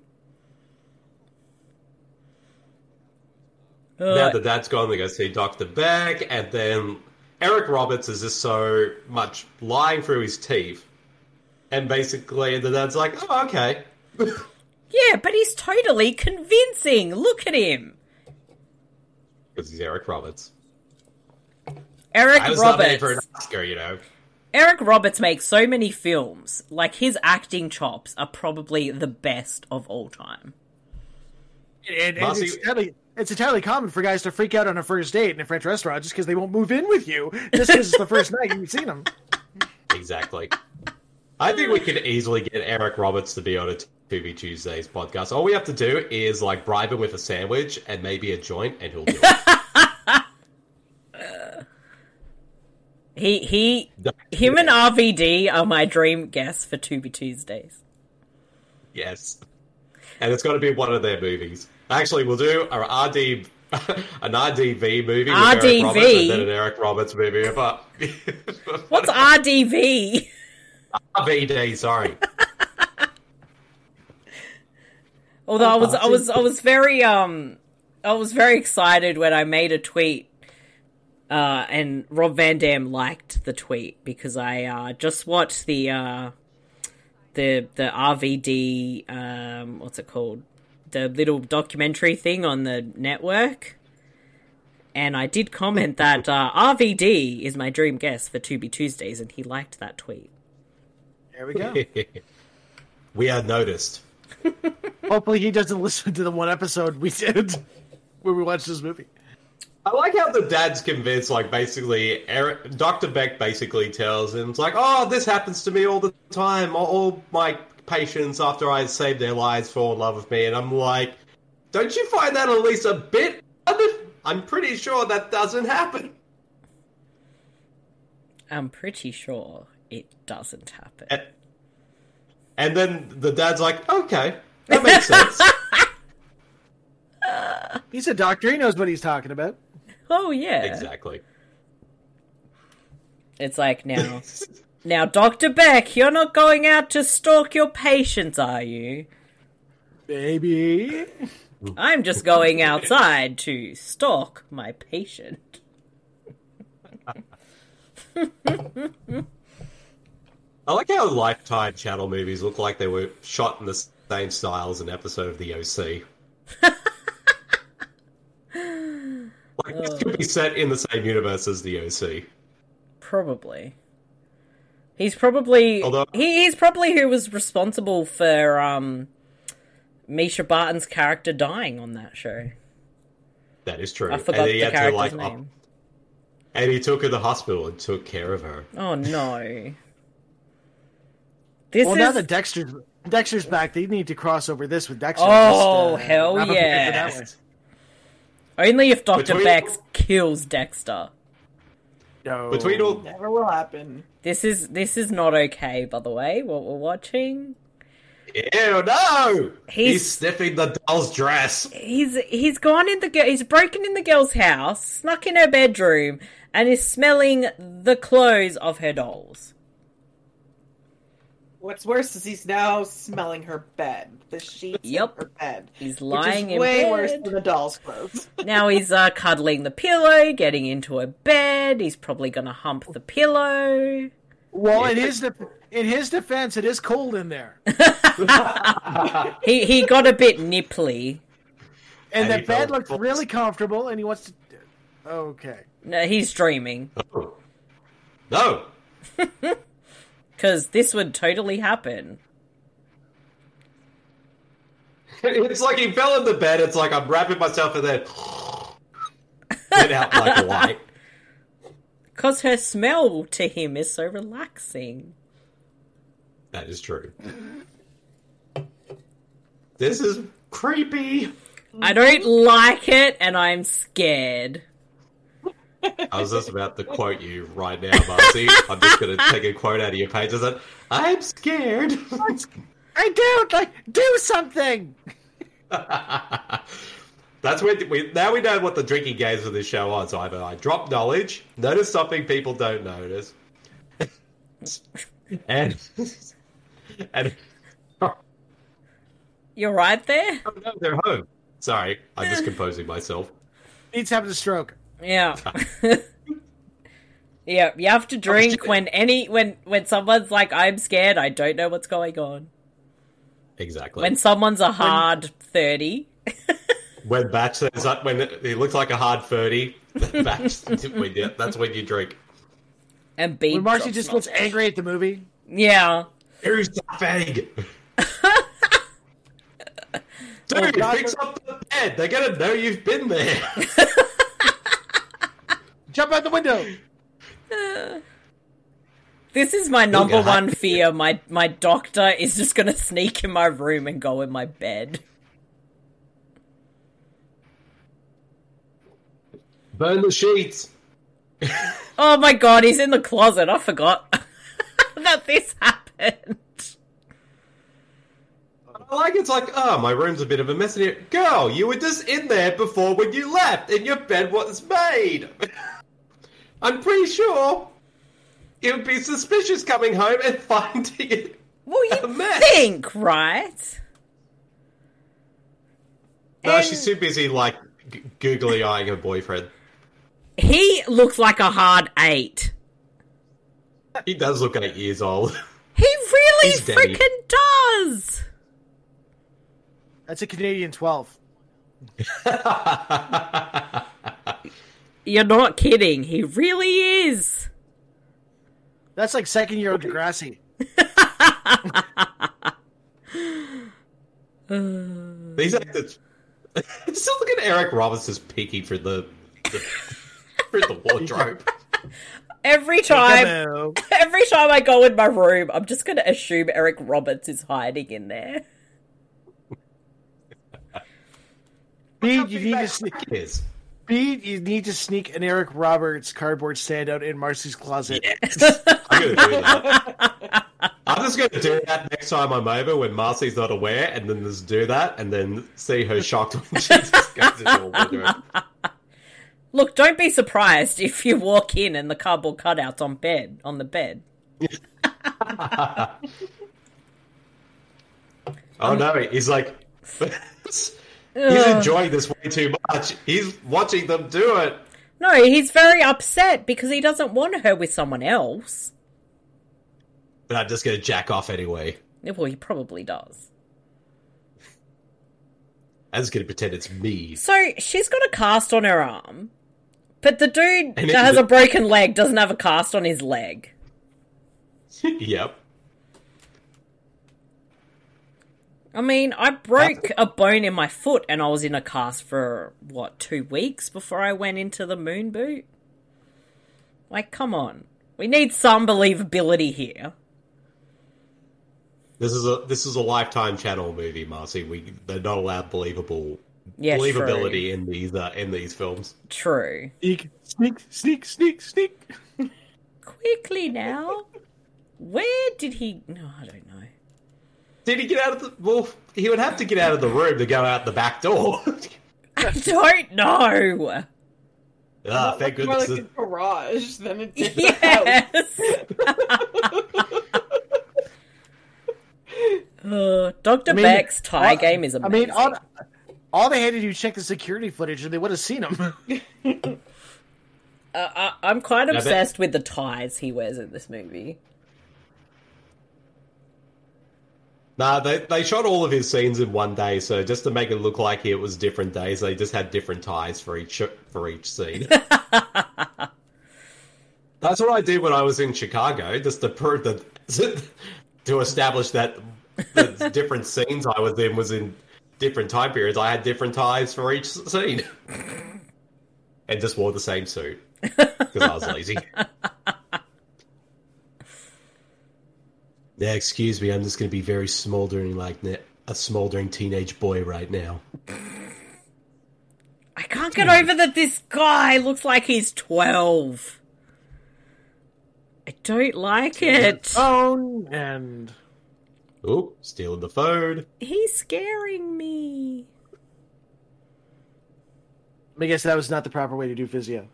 C: now
A: Ugh.
C: the dad's gone, they go see Dr. Beck, and then Eric Roberts is just so much lying through his teeth. And basically, the dad's like, oh, okay.
A: yeah, but he's totally convincing. Look at him.
C: Because he's Eric Roberts.
A: Eric
C: I was nominated
A: Roberts.
C: for an Oscar, you know.
A: Eric Roberts makes so many films. Like, his acting chops are probably the best of all time.
D: And, and
C: Marcy-
D: it's, entirely, it's entirely common for guys to freak out on a first date in a French restaurant just because they won't move in with you just because it's the first night you've seen them.
C: Exactly. I think we could easily get Eric Roberts to be on a TV Tuesdays podcast. All we have to do is like bribe him with a sandwich and maybe a joint, and he'll do it.
A: He, he, him and RVD are my dream guests for To Be Tuesdays.
C: Yes. And it's got to be one of their movies. Actually, we'll do a RD, <laughs> an RDV movie. With Eric
A: RDV?
C: Roberts and then an Eric Roberts movie. But <laughs>
A: What's RDV?
C: RVD, sorry.
A: Although I was, I was, I was very, um, I was very excited when I made a tweet, uh, and Rob Van Dam liked the tweet because I uh, just watched the, uh, the the RVD, um, what's it called, the little documentary thing on the network, and I did comment that uh, RVD is my dream guest for To Be Tuesdays, and he liked that tweet.
D: There we
A: <laughs>
D: go.
C: we are noticed.
D: Hopefully, he doesn't <laughs> listen to the one episode we did where we watched this movie.
C: I like how the dad's convinced, like, basically, Eric, Dr. Beck basically tells him, it's like, oh, this happens to me all the time. All, all my patients, after I save their lives, fall in love with me. And I'm like, don't you find that at least a bit? odd? I'm pretty sure that doesn't happen.
A: I'm pretty sure it doesn't happen.
C: And, And then the dad's like, okay, that makes sense.
D: He's a doctor. He knows what he's talking about.
A: Oh yeah.
C: Exactly.
A: It's like now now Dr. Beck, you're not going out to stalk your patients, are you?
D: Baby.
A: I'm just going outside to stalk my patient.
C: I like how Lifetime Channel movies look like they were shot in the same style as an episode of The OC. like, this could be set in the same universe as The OC.
A: Probably. He's probably
C: Although-
A: he, he's probably who was responsible for um Misha Barton's character dying on that show.
C: That is true.
A: I forgot the character's
C: up-
A: name.
C: and he took her to the hospital and took care of her.
A: Oh no. This
D: well,
A: is
D: now that Dexter's Dexter's back, they need to cross over this with Dexter.
A: Oh,
D: Just, uh,
A: hell
D: I'm prepared for that
A: yeah.
D: one.
A: only if Dr.
C: Between-
A: Bex kills Dexter.
D: No.
C: Between all
K: Never will happen.
A: This is this is not okay, by the way, what we're watching.
C: Ew, no! He's,
A: He's-
C: sniffing the doll's dress.
A: He's he's gone in the gi- he's broken in the girl's house, snuck in her bedroom, and is smelling the clothes of her dolls.
K: What's worse is he's now smelling her bed, the sheets
A: Yep.
K: in her bed.
A: He's lying
K: Lying which
A: in
K: is way
A: bed.
K: worse than the doll's <laughs> clothes.
A: now he's uh, cuddling the pillow, getting into her bed. He's probably gonna hump the pillow.
D: Well, in his de- in his defense, it is cold in there, and,
A: He he got a bit nipply.
C: And
D: the
C: he
D: bed
C: felt
D: looks
C: cold.
D: really comfortable, and he wants to. Okay,
A: No, he's dreaming
C: Oh. No! <laughs>
A: because this would totally happen.
C: It's like he fell in the bed. It's like I'm wrapping myself
A: <laughs>
C: and then get out like a light.
A: Because her smell to him is so relaxing.
C: That is true. This is creepy.
A: I don't like it and I'm scared.
C: I was just about to quote you right now, Marcy. I'm just going to take a quote out of your page. I said, I'm scared. <laughs>
D: I do like do something.
C: That's where we now we know what the drinking games of this show are. So either I drop knowledge, notice something people don't notice, and and <laughs> oh
A: You're right there?
C: no, they're home. Sorry, I'm just composing myself.
D: Needs having a stroke.
A: Yeah.
C: Ah.
A: <laughs> yeah, you have to drink when any when when someone's like I'm scared, I don't know what's going on.
C: Exactly.
A: When someone's a hard 30.
C: When Batch says that, when it looks like a hard thirty, Batch, when you- that's when you drink.
A: And B.
D: When Marcy
A: drops
D: just
A: knowledge.
D: gets angry at the movie.
A: Yeah.
C: Here's the fag. Dude,
D: God,
C: fix up the bed. They're gonna know you've been there.
D: Jump out the window.
A: This is my number
C: God.
A: one fear. My my doctor is just gonna sneak in my room and go in my bed.
C: <laughs> Burn the sheets.
A: Oh my god, he's in the closet. I forgot <laughs> that this happened.
C: I like it's like, oh, my room's a bit of a mess in here. Girl, you were just in there before when you left, and your bed was made. <laughs> I'm pretty sure it would be suspicious coming home and <laughs> finding it.
A: Well, you
C: A mess.
A: think, right?
C: No,
A: And-
C: she's too busy, like, g- oh, googly eyeing her boyfriend.
A: He looks like a hard eight.
C: He does look eight years old. <laughs>
A: He really
C: He's Debbie.
A: freaking does.
D: That's a Canadian twelve.
A: You're not kidding. He really is.
D: That's like second year old Degrassi.
C: These actors. <laughs> Still look at Eric Robinson's peeking through the, the through the wardrobe.
A: Every time,
D: <laughs> Hello.
A: <laughs> every time I go in my room, I'm just gonna assume Eric Roberts is hiding in there.
D: Bede, <laughs> you need to sneak.
C: Yes.
D: Bede, you need to sneak an Eric Roberts cardboard standout in Marcy's closet.
C: I'm gonna do that. I'm I'm just going to do that next time I'm over when Marcy's not aware, and then just do that, and then see her shocked when she just goes into a window.
A: Look, don't be surprised if you walk in and the cardboard cutout's on bed on the bed.
C: Oh no, he's like, <laughs> he's enjoying this way too much. He's watching them do it.
A: No, he's very upset because he doesn't want her with someone else.
C: But I'm just going to jack off anyway.
A: Well, he probably does.
C: I'm just going to pretend it's <laughs> me.
A: So she's got a cast on her arm, but the dude that
C: And it-
A: has a broken leg doesn't have a cast on his leg.
C: yep.
A: I mean, I broke a bone in my foot and I was in a cast for, what, two weeks before I went into the moon boot? Like, come on. We need some believability here.
C: This is a this is a lifetime channel movie, Marcy. We they're not allowed believable
A: Yeah, true.
C: believability in these uh, in these films.
A: True.
D: Sneak, sneak, sneak, sneak, sneak.
A: Quickly now. Where did he. No, I don't know. <laughs>
C: Did he get out of the? Well, he would have to get out of the room to go out the back door. <laughs>
A: I don't know.
C: ah, thank
K: More
C: goodness.
K: like a garage than a did
A: <laughs>
K: the house.
A: Yes. uh, Dr.
D: I mean,
A: Beck's tie
D: all-
A: game is
D: I
A: amazing.
D: mean, all, all they had to do was check the security footage, and they would have seen <laughs> him.
A: Uh, I, I'm quite
D: Yeah, but-
A: obsessed with the ties he wears in this movie.
C: Nah, they they shot all of his scenes in one day, so just to make it look like it was different days, they just had different ties for each for each scene. That's what I did when I was in Chicago, just to prove that <laughs> to establish that the different scenes I was in was in different time periods. I had different ties for each scene, <laughs> and just wore the same suit because I was lazy. Yeah, excuse me. I'm just going to be very smoldering, like ne- a smoldering teenage boy right now.
A: I can't
D: Hmm.
A: get over that this guy looks like he's 12. I don't like it.
D: Phone and
C: Oop, stealing the phone.
A: He's scaring me.
D: I guess that was not the proper way to do physio.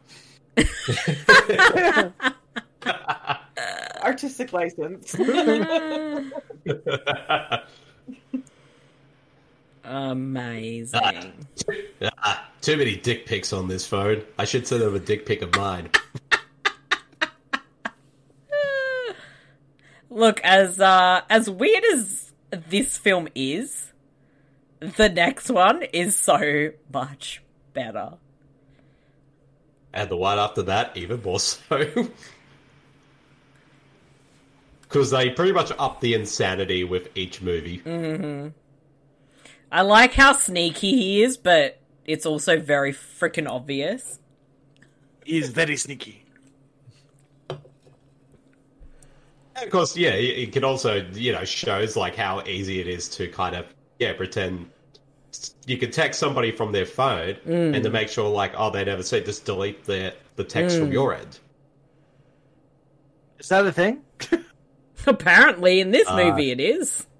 K: Artistic license. <laughs>
A: Amazing.
C: Ah, too many dick pics on this phone. I should send him a dick pic of mine.
A: Look, as uh, as weird as this film is, the next one is so much better.
C: And the one after that, even more so. <laughs> Because they pretty much up the insanity with each movie.
A: hmm I like how sneaky he is, but it's also very freaking obvious. <laughs>
D: He's very sneaky.
C: And of course, yeah, it it can also, you know, shows like how easy it is to kind of, yeah, pretend you can text somebody from their phone
A: Mm.
C: and to make sure, like, oh, they never see, just delete the, the text from
A: Mm.
C: your end.
D: Is that a thing? <laughs>
A: Apparently, in this
C: Uh.
A: movie, it is. <laughs>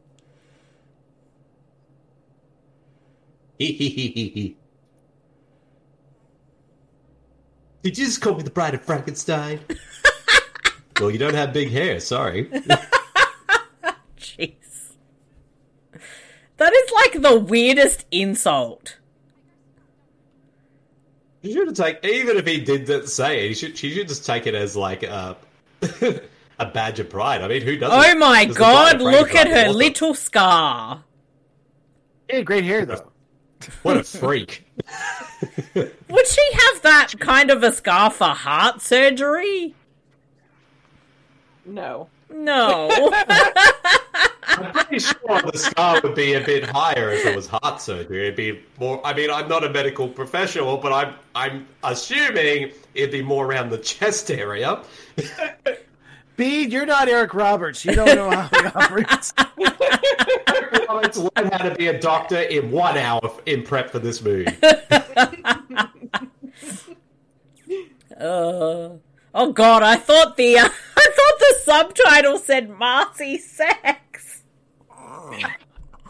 C: <laughs> Did you just call me the bride of Frankenstein? <laughs> well, you don't have big hair, sorry.
A: Jeez. That is like the weirdest insult.
C: She should have taken, even if he did that say it, he should, she should just take it as like a, <laughs> a badge of pride. I mean, who doesn't?
A: Oh my
C: does the bride
A: god,
C: of
A: look at
C: Frankenstein
A: her
C: want them?
A: little scar.
D: He had great hair though.
C: <laughs> What a freak.
A: Would she have that kind of a scar for heart surgery?
K: No.
A: No.
C: pretty sure the scar would be a bit higher if it was heart surgery. It'd be more. I mean, I'm not a medical professional, but I'm I'm assuming it'd be more around the chest area.
D: Bede, you're not Eric Roberts. You don't know how <laughs> he operates.
C: Roberts learned how to be a doctor in one hour f- in prep for this movie.
A: <laughs> Uh, oh god, I thought the uh, I thought the subtitle said Marcy Sex.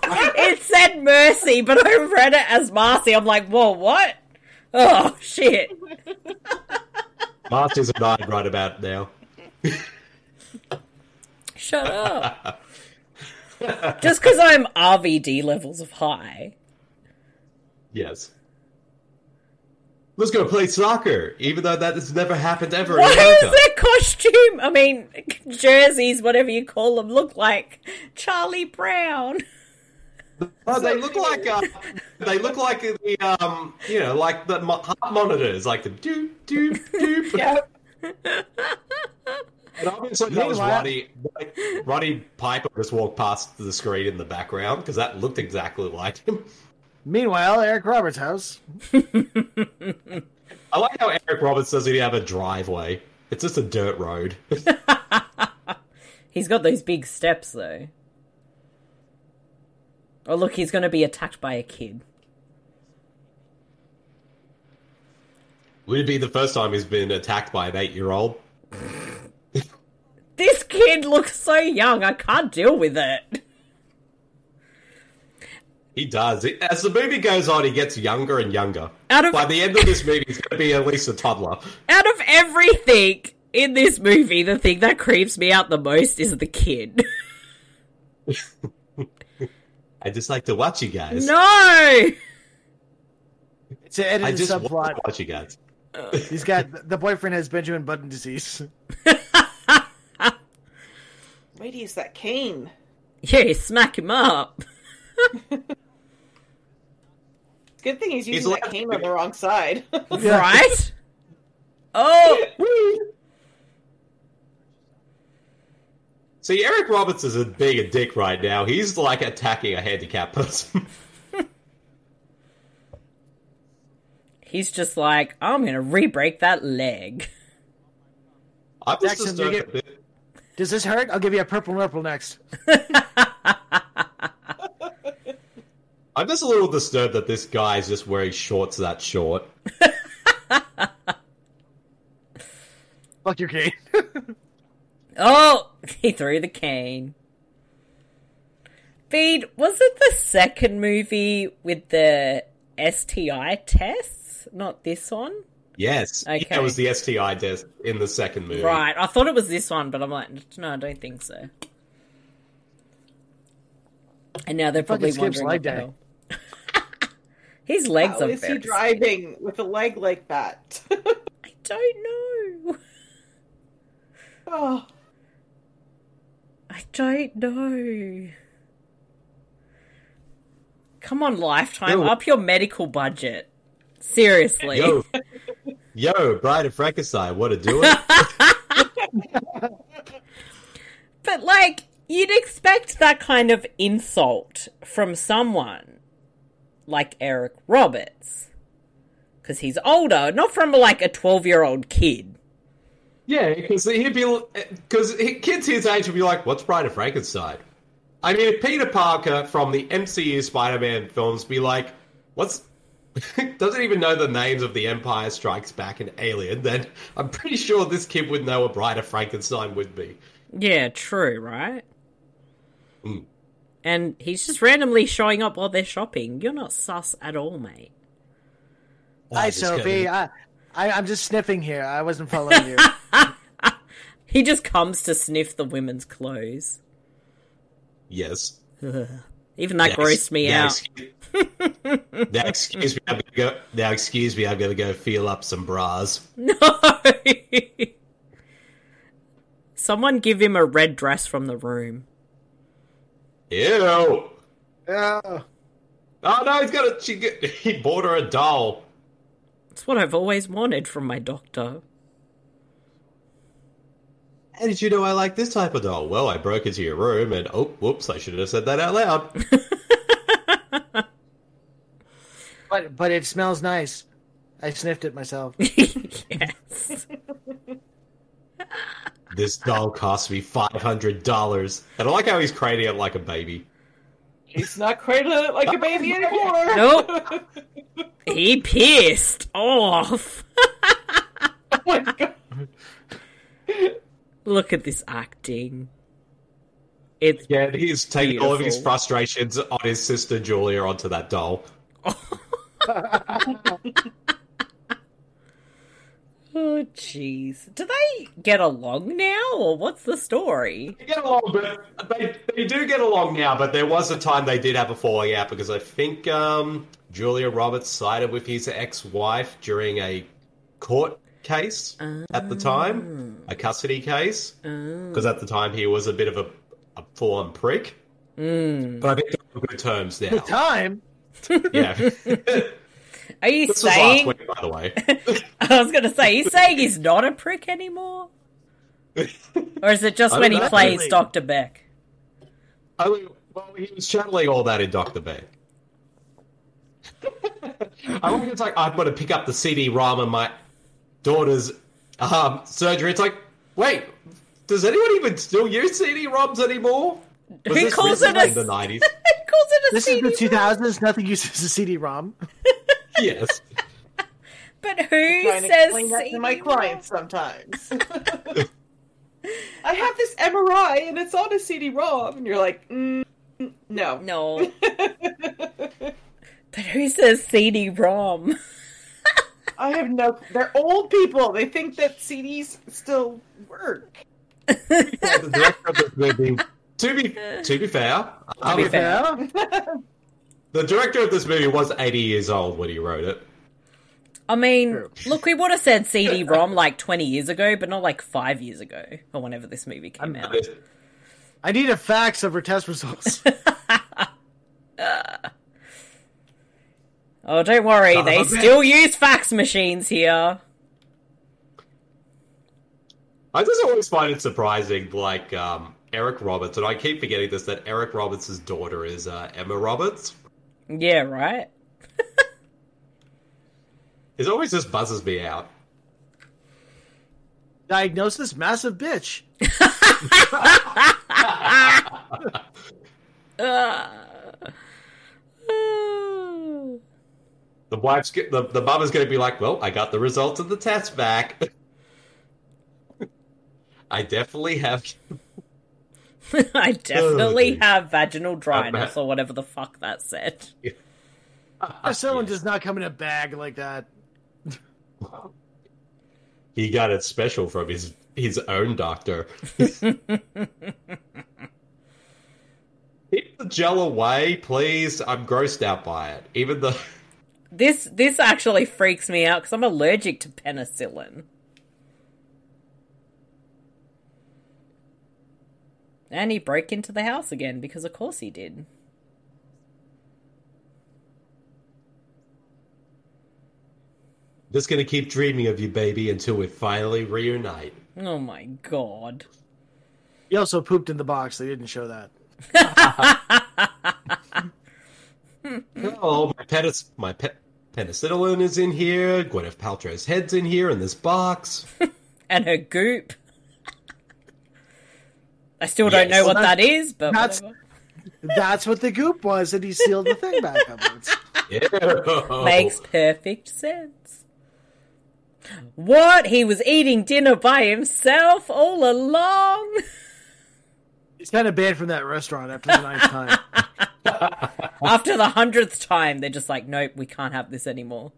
A: it said Mercy, but I read it as Marcy. I'm like, whoa, what? Oh, shit.
C: Marcy's a nine right about now.
A: Shut up. Just because I'm RVD levels of high.
C: Yes. Let's go play soccer, even though that has never happened ever
A: What
C: in
A: does
C: America.
A: their costume, I mean, jerseys, whatever you call them, look like? Charlie Brown.
C: Oh, they look like uh, they look like the um, you know, like the mo- heart monitors, like the doop doop doop. And obviously, that was
D: Meanwhile-
C: Roddy. Roddy- Roddy Piper just walked past the screen in the background because that looked exactly like him.
D: Meanwhile, Eric Roberts' house.
C: I like how Eric Roberts doesn't even have a driveway. It's just a dirt road. <laughs>
A: He's got those big steps, though. Oh, look, he's going to be attacked by a kid.
C: Would it be the first time he's been attacked by an eight-year-old?
A: This kid looks so young, I can't deal with it.
C: He does. It- As the movie goes on, he gets younger and younger.
A: Out of-
C: By the end of this movie, he's going to be at least a toddler.
A: Out of everything in this movie, the thing that creeps me out the most is the kid. <laughs>
C: I just like to watch you guys.
A: no!
D: It's an edited
C: I just want
D: subplot.
C: to watch you guys.
D: He's got the boyfriend has Benjamin
A: <laughs>
D: Button disease.
K: Wait, he's that cane.
A: Yeah, smack him up.
K: Good thing he's
C: He's
K: using that
C: laughing.
K: cane on the wrong side. <laughs>
A: Right? Oh!
C: See, Eric Roberts is a big a dick right now. He's like attacking a handicapped person. <laughs>
A: He's just like, I'm going to re break that leg.
C: I'm just
D: Jackson,
C: disturbed
D: you get-
C: that thi-
D: Does this hurt? I'll give you a purple nurple next.
C: I'm just a little disturbed that this guy is just wearing shorts that short.
D: Fuck your cane.
A: Oh, <laughs> he threw the cane. Bede, was it the second movie with the STI tests? Not this one?
C: Yes,
A: Okay.
C: that was the STI test in the second movie.
A: Right, I thought it was this one, but I'm like, no, I don't think so. And now they're probably
D: skips
A: wondering.
D: leg
A: what the
D: day.
A: hell. <laughs> His legs
K: How
A: are
K: is he
A: very.
K: driving with a leg like that? <laughs>
A: I don't know.
K: oh,
A: I don't know. Come on, Lifetime,
C: Yo.
A: up your medical budget. Seriously.
C: <laughs> Yo, yo, Bride of Frankenstein, what a doing?
A: But like, you'd expect that kind of insult from someone like Eric Roberts, because he's older, not from like a twelve-year-old kid.
C: <laughs> yeah, because he'd be because kids his age would be like, "What's Bride of Frankenstein?" I mean, if Peter Parker from the MCU Spider-Man films be like, "What's?" <laughs> doesn't even know the names of the Empire Strikes Back and Alien, then I'm pretty sure this kid would know what Bride of Frankenstein would be.
A: Yeah, true, right?
C: Mm.
A: And he's just randomly showing up while they're shopping. You're not sus at all, mate.
D: <laughs> Hi,
C: this guy-
D: Sophie. I, I, I'm just sniffing here. I wasn't following
C: <laughs>
D: you.
A: He just comes to sniff the women's clothes.
C: Yes.
A: Even that grossed me
C: now
A: out. <laughs>
C: Excuse, now excuse me, I'm gonna go. Now excuse me, I'm gonna go feel up some bras.
A: No. Someone give him a red dress from the room.
C: Ew.
D: Yeah.
C: Oh no, he's got a. She, get- <laughs> he bought her a doll.
A: It's what I've always wanted from my doctor. <laughs>
C: How did you know I like this type of doll? Well, I broke into your room and oh, whoops! I should have said that out loud.
D: But but it smells nice. I sniffed it myself.
A: yes.
C: this doll cost me five hundred dollars, and I like how he's crating it like a baby.
K: he's not cradling it like a baby anymore.
A: Nope. He pissed off.
K: Oh my God.
A: Look at this acting. It's
C: yeah, he's taking all of his frustrations on his sister Julia onto that doll.
A: Oh, jeez. Do they get along now, or what's the story?
C: They get along, but they, they do get along now, but there was a time they did have a falling out because I think um, Julia Roberts sided with his ex wife during a court case at the time, a custody case,
A: Ah.
C: because at the time he was a bit of a, a full on prick.
A: Mm.
C: But I think they're on good terms now.
D: The <laughs> time.
C: Yeah.
A: <laughs> Are you
C: this was last
A: saying?
C: week, by the way.
A: I was going to say, he's saying he's not a prick anymore? or is it just
C: <laughs> I
A: when he
C: don't know.
A: plays Dr. Beck? <laughs>
C: I mean, well, he was channeling all that in Dr. Beck. <laughs> I like it's like, I've got to pick up the CD-ROM and my daughter's um, surgery. It's like, wait, does anyone even still use CD-ROMs anymore? Was
D: Who
C: this
D: calls
C: written
D: it a-
C: in the
D: <laughs>
C: 90s?
D: This is the 2000s. Nothing uses a CD-ROM.
C: yes.
A: But
K: I'm
A: who
K: trying to
A: says
K: explain that to my
A: <laughs>
K: clients sometimes. I have this MRI and it's on a CD-ROM, and you're like, mm, no, <laughs>
A: no. But who says CD-ROM?
K: I have no. They're old people. They think that CDs still work.
C: The director of this movie, to be to be fair, um,
K: To be fair.
C: the director of this movie was 80 years old when he wrote it.
A: I mean, look, we would have said CD-ROM like 20 years ago, but not like five years ago, or whenever this movie came out.
D: I need a fax of her test <laughs> results.
A: Oh, don't
C: <laughs>
A: worry,
D: Son of
A: they
D: a bitch.
A: still use fax machines here.
C: I just always find it surprising, like um, Eric Roberts, and I keep forgetting this that Eric Roberts' daughter is uh, Emma Roberts.
A: Yeah,
C: <laughs>
A: right? <sighs>
C: It always just buzzes me out.
D: Diagnosis: massive bitch.
A: Ugh. Ooh.
C: The wife's ge- the the mum is going to be like, "Well, I got the results of the test back. <laughs> I definitely have
A: <laughs> I definitely
D: dear.
A: have vaginal dryness
D: Uh,
A: or whatever the fuck that said.
D: If someone does not come in a bag like that,
C: he got it special from his his own doctor." Keep the gel away, please. I'm grossed out by it, even though.
A: This this actually freaks me out because I'm allergic to penicillin. And he broke into the house again because, of course, he did.
C: Just gonna keep dreaming of you, baby, until we finally reunite.
A: Oh my god!
D: he also pooped in the box. They didn't show that.
C: oh, my penis, my pe- penicillin is in here. Gwyneth Paltrow's head's in here in this box.
A: And her goop. <laughs> I still don't know what that is, but
D: that's that's what the goop was, and he sealed the thing back up. <laughs>
C: Yeah.
A: makes perfect sense. What? He was eating dinner by himself all along?
D: He's kind of banned from that restaurant after the ninth time. <laughs>
A: After the hundredth time, they're just like, nope, we can't have this anymore.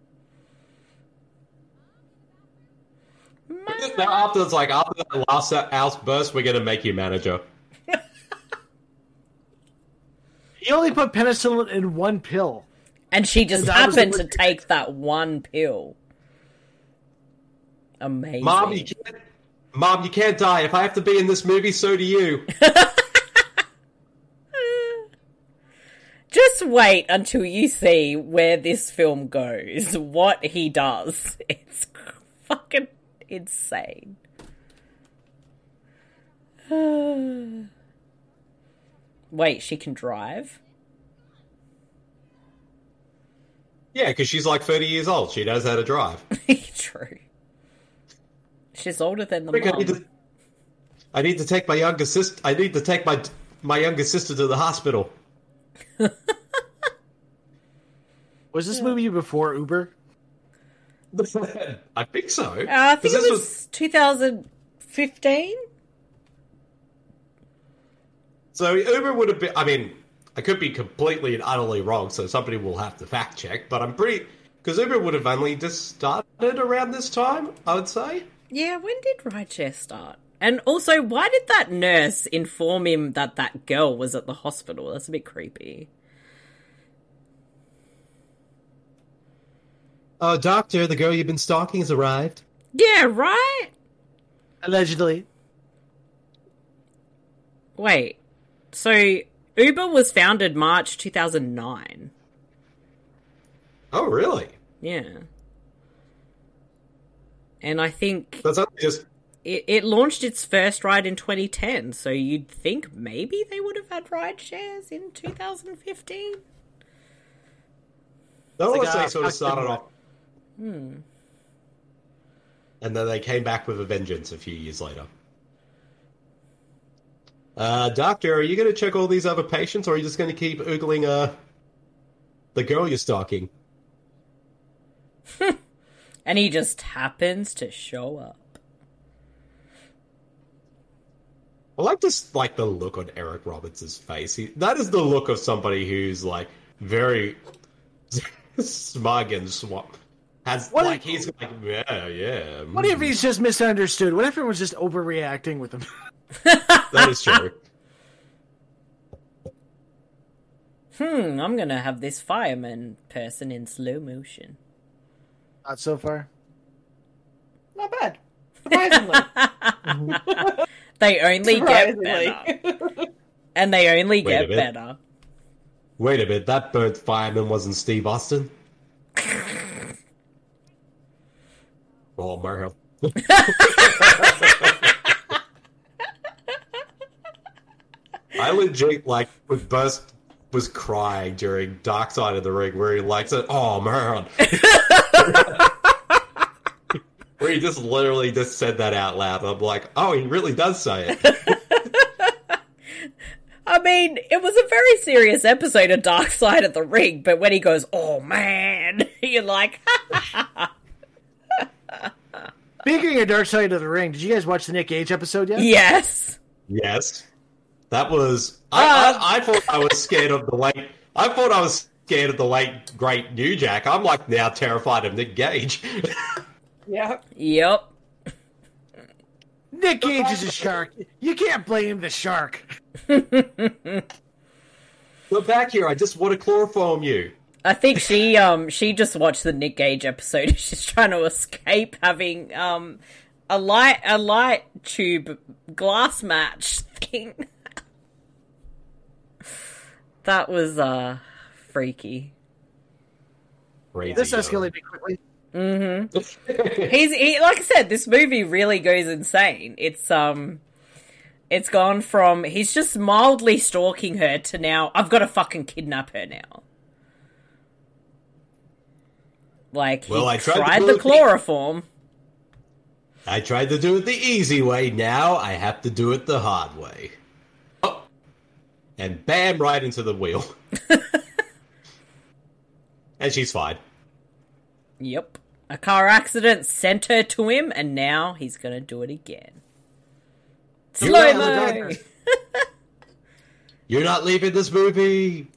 C: <laughs> now after it's like after that last outburst, we're gonna make you manager.
D: He only put penicillin in one pill.
A: And she just
D: That was
A: happened
D: the-
A: to take that one pill. Amazing.
C: Mom, you can't. Mom, you can't die. If I have to be in this movie, so do you.
A: Just wait until you see where this film goes, what he does. <laughs> It's fucking insane. <sighs> wait, she can drive? <laughs>
C: yeah, because she's like thirty years old. She knows how to drive.
A: True. She's older than the
C: I, think I, need
A: mom. Uh,
C: to, I need to take my younger sister. I need to take my my younger sister to the hospital.
D: Was this movie before Uber?
C: <laughs> I think so.
A: Uh, I think
C: 'Cause
A: it
C: this
A: was 2015?
C: So Uber would have been. I mean, I could be completely and utterly wrong, so somebody will have to fact check. But I'm pretty because Uber would have only just started around this time. I would say.
A: Yeah, when did rideshare start? And also, why did that nurse inform him that that girl was at the hospital? That's a bit creepy.
C: Oh, doctor, the girl you've been stalking has arrived.
A: Yeah, right?
D: Allegedly.
A: Wait. So, Uber was founded March 2009.
C: Oh, really?
A: Yeah. And I think
C: That's only just
A: it, it launched its first ride in 2010, so you'd think maybe they would have had ride shares in 2015?
C: that
D: It's
C: was
D: like
C: like,
D: a
C: sort of
D: custom-
C: started off,
A: Hmm.
C: and then they came back with a vengeance a few years later. Uh, doctor, are you going to check all these other patients, or are you just going to keep oogling uh, the girl you're stalking?
A: And he just happens to show up.
C: I like just like the look on Eric Roberts' face. He, that is the look of somebody who's like very <laughs> smug and swamp. Has
D: What
C: like
D: if-
C: he's like yeah yeah.
D: What if he's just misunderstood? What if everyone's just overreacting with him? <laughs>
C: that is true.
A: Hmm, I'm gonna have this fireman person in slow motion.
D: Not so far.
K: Not bad. Surprisingly.
A: They only get
K: <laughs>
A: better.
K: Surprisingly.
A: And they only
C: Wait a
A: get
C: minute.
A: better.
C: Wait a minute, that burnt fireman wasn't Steve Austin. oh, Mario. I legit like was burst was crying during Dark Side of the Ring where he likes it. Oh man. where he just literally just said that out loud. I'm like, oh he really does say it.
A: I mean, it was a very serious episode of Dark Side of the Ring, but when he goes, oh man, <laughs> you're like,
D: Speaking of Dark Side of the Ring, did you guys watch the Nick Cage episode yet?
A: yes.
C: Yes, that was. I, I, I thought I was scared of the late. I thought I was scared of the late great New Jack. I'm like now terrified of Nick Gage. <laughs>
K: yeah.
A: Yep.
D: Nick Cage is a shark. You can't blame the shark.
C: Look back here. I just want to chloroform you.
A: I think she um she just watched the Nick Gage episode. <laughs> She's trying to escape having um a light a light tube glass match thing. <laughs> that was uh freaky.
C: Crazy.
D: This
C: yo.
D: escalated quickly.
A: Mhm. He's he, like I said, this movie really goes insane. It's um, it's gone from he's just mildly stalking her to now I've got to fucking kidnap her now. Like he
C: Well, I tried
A: tried,
C: to
A: the
C: chloroform-
A: chloroform.
C: I tried to do it the easy way. Now I have to do it the hard way. Oh. And bam, right into the wheel. and she's fine.
A: Yep, a car accident sent her to him, and now he's gonna do it again.
C: You
A: Slow
C: are
A: mo.
C: the You're not leaving this movie.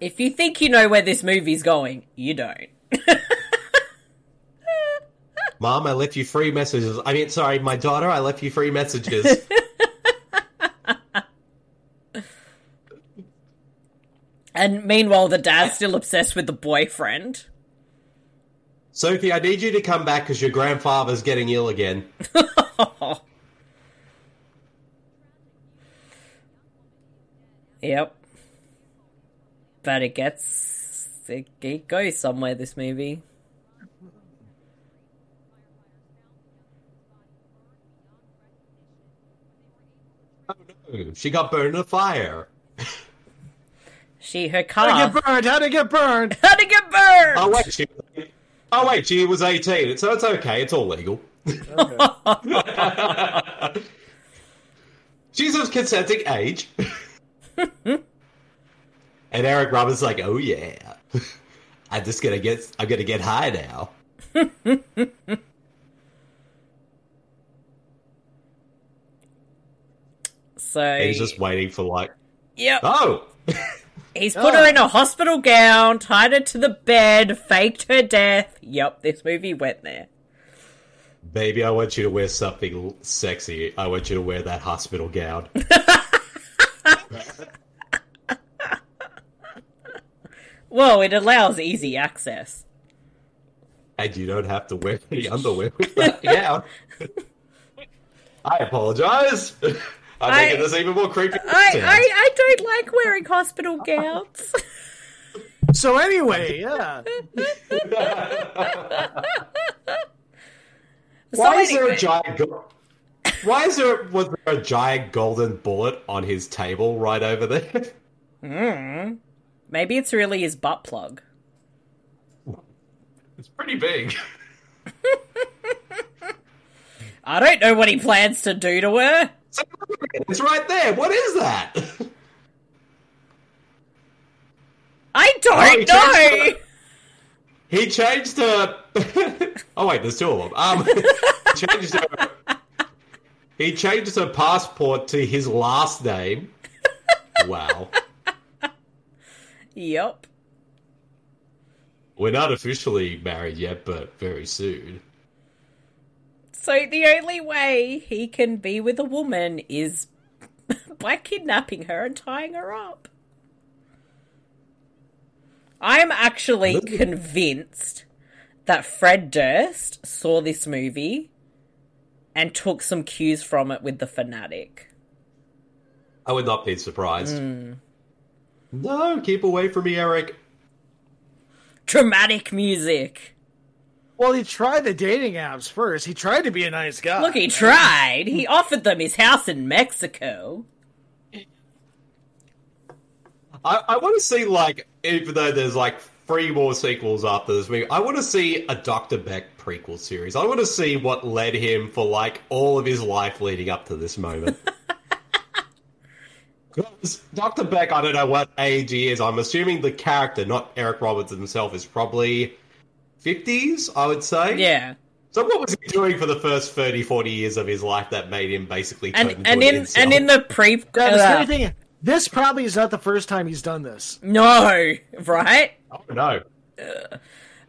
A: If you think you know where this movie's going, you don't.
C: Mom, I left you free messages. I mean, sorry, my daughter, I left you free messages.
A: And meanwhile, the dad's still obsessed with the boyfriend.
C: Sophie, I need you to come back because your grandfather's getting ill again.
A: Yep. But it gets it, it goes somewhere this movie.
C: Ooh, She got burned in a fire.
A: She her car
D: How to get burned? How to get burned?
A: how to get burned.
C: Oh wait, she. Oh wait, she was eighteen, so it's okay. It's all legal. She's of consenting age. and Eric Roberts is like, oh yeah, <laughs> I'm just gonna get. I'm gonna get high now.
A: So
C: He's just waiting for like.
A: Yep.
C: Oh,
A: He's put her in a hospital gown, tied her to the bed, faked her death. Yep, this movie went there.
C: baby, I want you to wear something sexy. I want you to wear that hospital gown.
A: Whoa, it allows easy access.
C: and you don't have to wear any underwear with that gown. I apologize. <laughs> I'm
A: I-
C: making this even more creepy.
A: I, I, I don't like wearing hospital
C: <laughs>
A: gowns.
D: So anyway, yeah.
C: Why
A: So
C: is there a
A: anyway-
C: giant? Go- Why is there was there a giant golden bullet on his table right over there? <laughs>
A: Mm. Maybe it's really his butt plug.
C: It's pretty big. <laughs>
A: I don't know what he plans to do to her.
C: It's right there. What is that? <laughs>
A: I
C: Oh, he
A: don't know.
C: changed He changed her. <laughs> oh wait, there's two of them. Um, <laughs> he changed her. He changed her passport to his last name. Wow.
A: Yep.
C: We're not officially married yet, but very soon.
A: So the only way he can be with a woman is <laughs> by kidnapping her and tying her up. I am actually convinced that Fred Durst saw this movie and took some cues from it with The Fanatic.
C: I would not be surprised. No, keep away from me, Eric.
A: Dramatic music.
D: Well, he tried the dating apps first. He tried to be a nice guy.
A: Look, he tried. He offered them his house in Mexico.
C: I, I want to see like, even though there's like three more sequels after this movie, I want to see a Doctor Beck prequel series. I want to see what led him for like all of his life leading up to
A: <laughs>
C: this moment. 'Cause Dr. Beck, I don't know what age he is. I'm assuming the character, not Eric Roberts himself, is probably 50s, I would say.
A: Yeah.
C: So what was he doing for the first 30, 40 years of his life that made him basically turn
A: And
C: into
A: and
C: an
A: in
C: incel?
A: and in the pre
D: Yeah, the
A: uh,
D: scary thing- this probably is not the first time he's done this.
A: No, <laughs> right?
C: Oh no.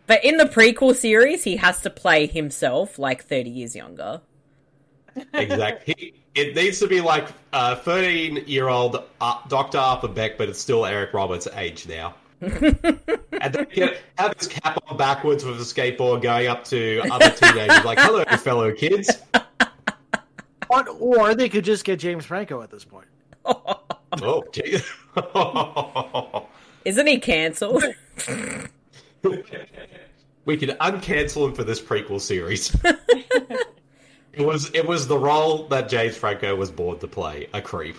A: But in the prequel series, he has to play himself like 30 years younger.
C: Exactly. He- It needs to be like uh, 13 year old uh, Dr. Arthur Beck, but it's still Eric Roberts'
A: <laughs>
C: age now. and then he can have his cap on backwards with a skateboard going up to other teenagers, like, hello,
A: <laughs>
C: fellow kids.
D: But, or they could just get James Franco at this point.
C: Oh, gee. <laughs>
A: Isn't he cancelled? <laughs>
C: we can uncancel him for this
A: <laughs>
C: prequel series. it was it was the role that James Franco was born to play, a creep.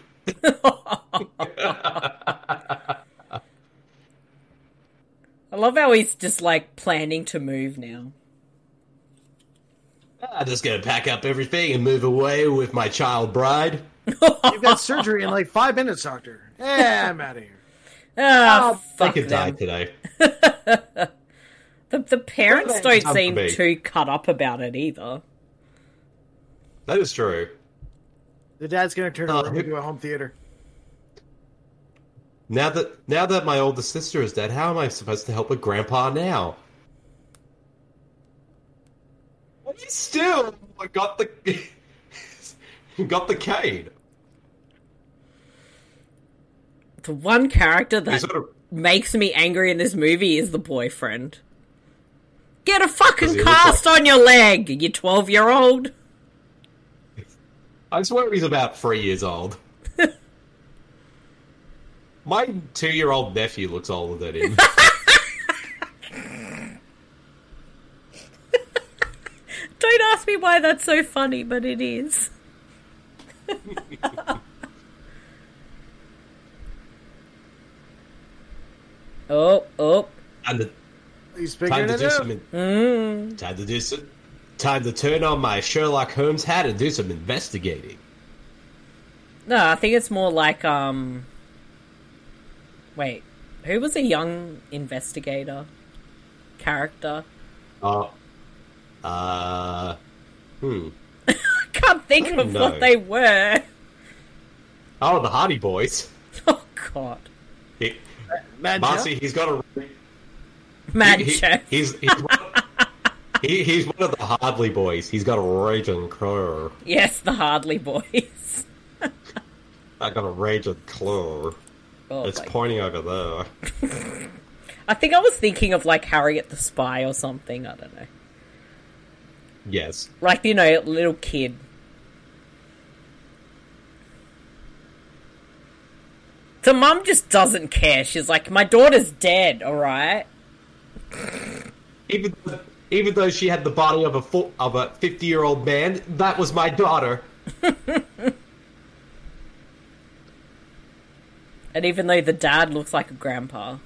A: I love how he's just like planning to move now.
C: I'm just gonna pack up everything and move away with my child bride.
D: You've got surgery in like five minutes, doctor. Eh, I'm out of here.
A: Ah,
C: They
A: fuck
C: could die
A: them.
C: today.
A: The, the parents
C: Fuck
A: don't
C: them.
A: seem
C: Come to
A: too cut up about it either.
C: That is true.
D: The dad's going to turn
C: Oh,
D: around
C: who-
D: into a home theater.
C: Now that now that my older sister is dead, how am I supposed to help with grandpa now? Well, he still got the <laughs> got the cane.
A: The one character that
C: He's sort of-
A: makes me angry in this movie is the boyfriend. Get a
C: Does he
A: fucking
C: look
A: cast on your leg, you 12 year old.
C: I swear he's about three years old. My two year old nephew looks older than him.
A: Don't ask me why that's so funny, but it is. <laughs> oh, oh.
C: and the
D: He's figuring
C: Time to
D: it
C: do
D: out.
C: some. in- Time to do some. Time to turn on my Sherlock Holmes hat and do some investigating.
A: No, I think it's more like, um. Wait. Who was a young investigator character?
C: Oh. Uh. Hmm.
A: I can't think
C: I don't
A: of what
C: know.
A: they were.
C: Oh, the Hardy Boys.
A: <laughs> Oh God.
C: He,
A: Mad
C: Marcy,
A: Joe?
C: he's got a
A: Mad
C: he- he-
A: Joe.
C: he's he's one, of- he, he's one of the Hardley boys. He's got a raging claw.
A: Yes, the Hardley boys. <laughs>
C: I got a raging claw.
A: Oh,
C: it's
A: my-
C: pointing over there.
A: I think I was thinking of like Harriet the Spy or something. I don't know.
C: Yes.
A: Like you know, little kid. So mum just doesn't care. She's like, my daughter's dead. All right.
C: Even though, even though she had the body of a fo- of a fifty year old man, that was my daughter. <laughs>
A: And even though the dad looks like a grandpa,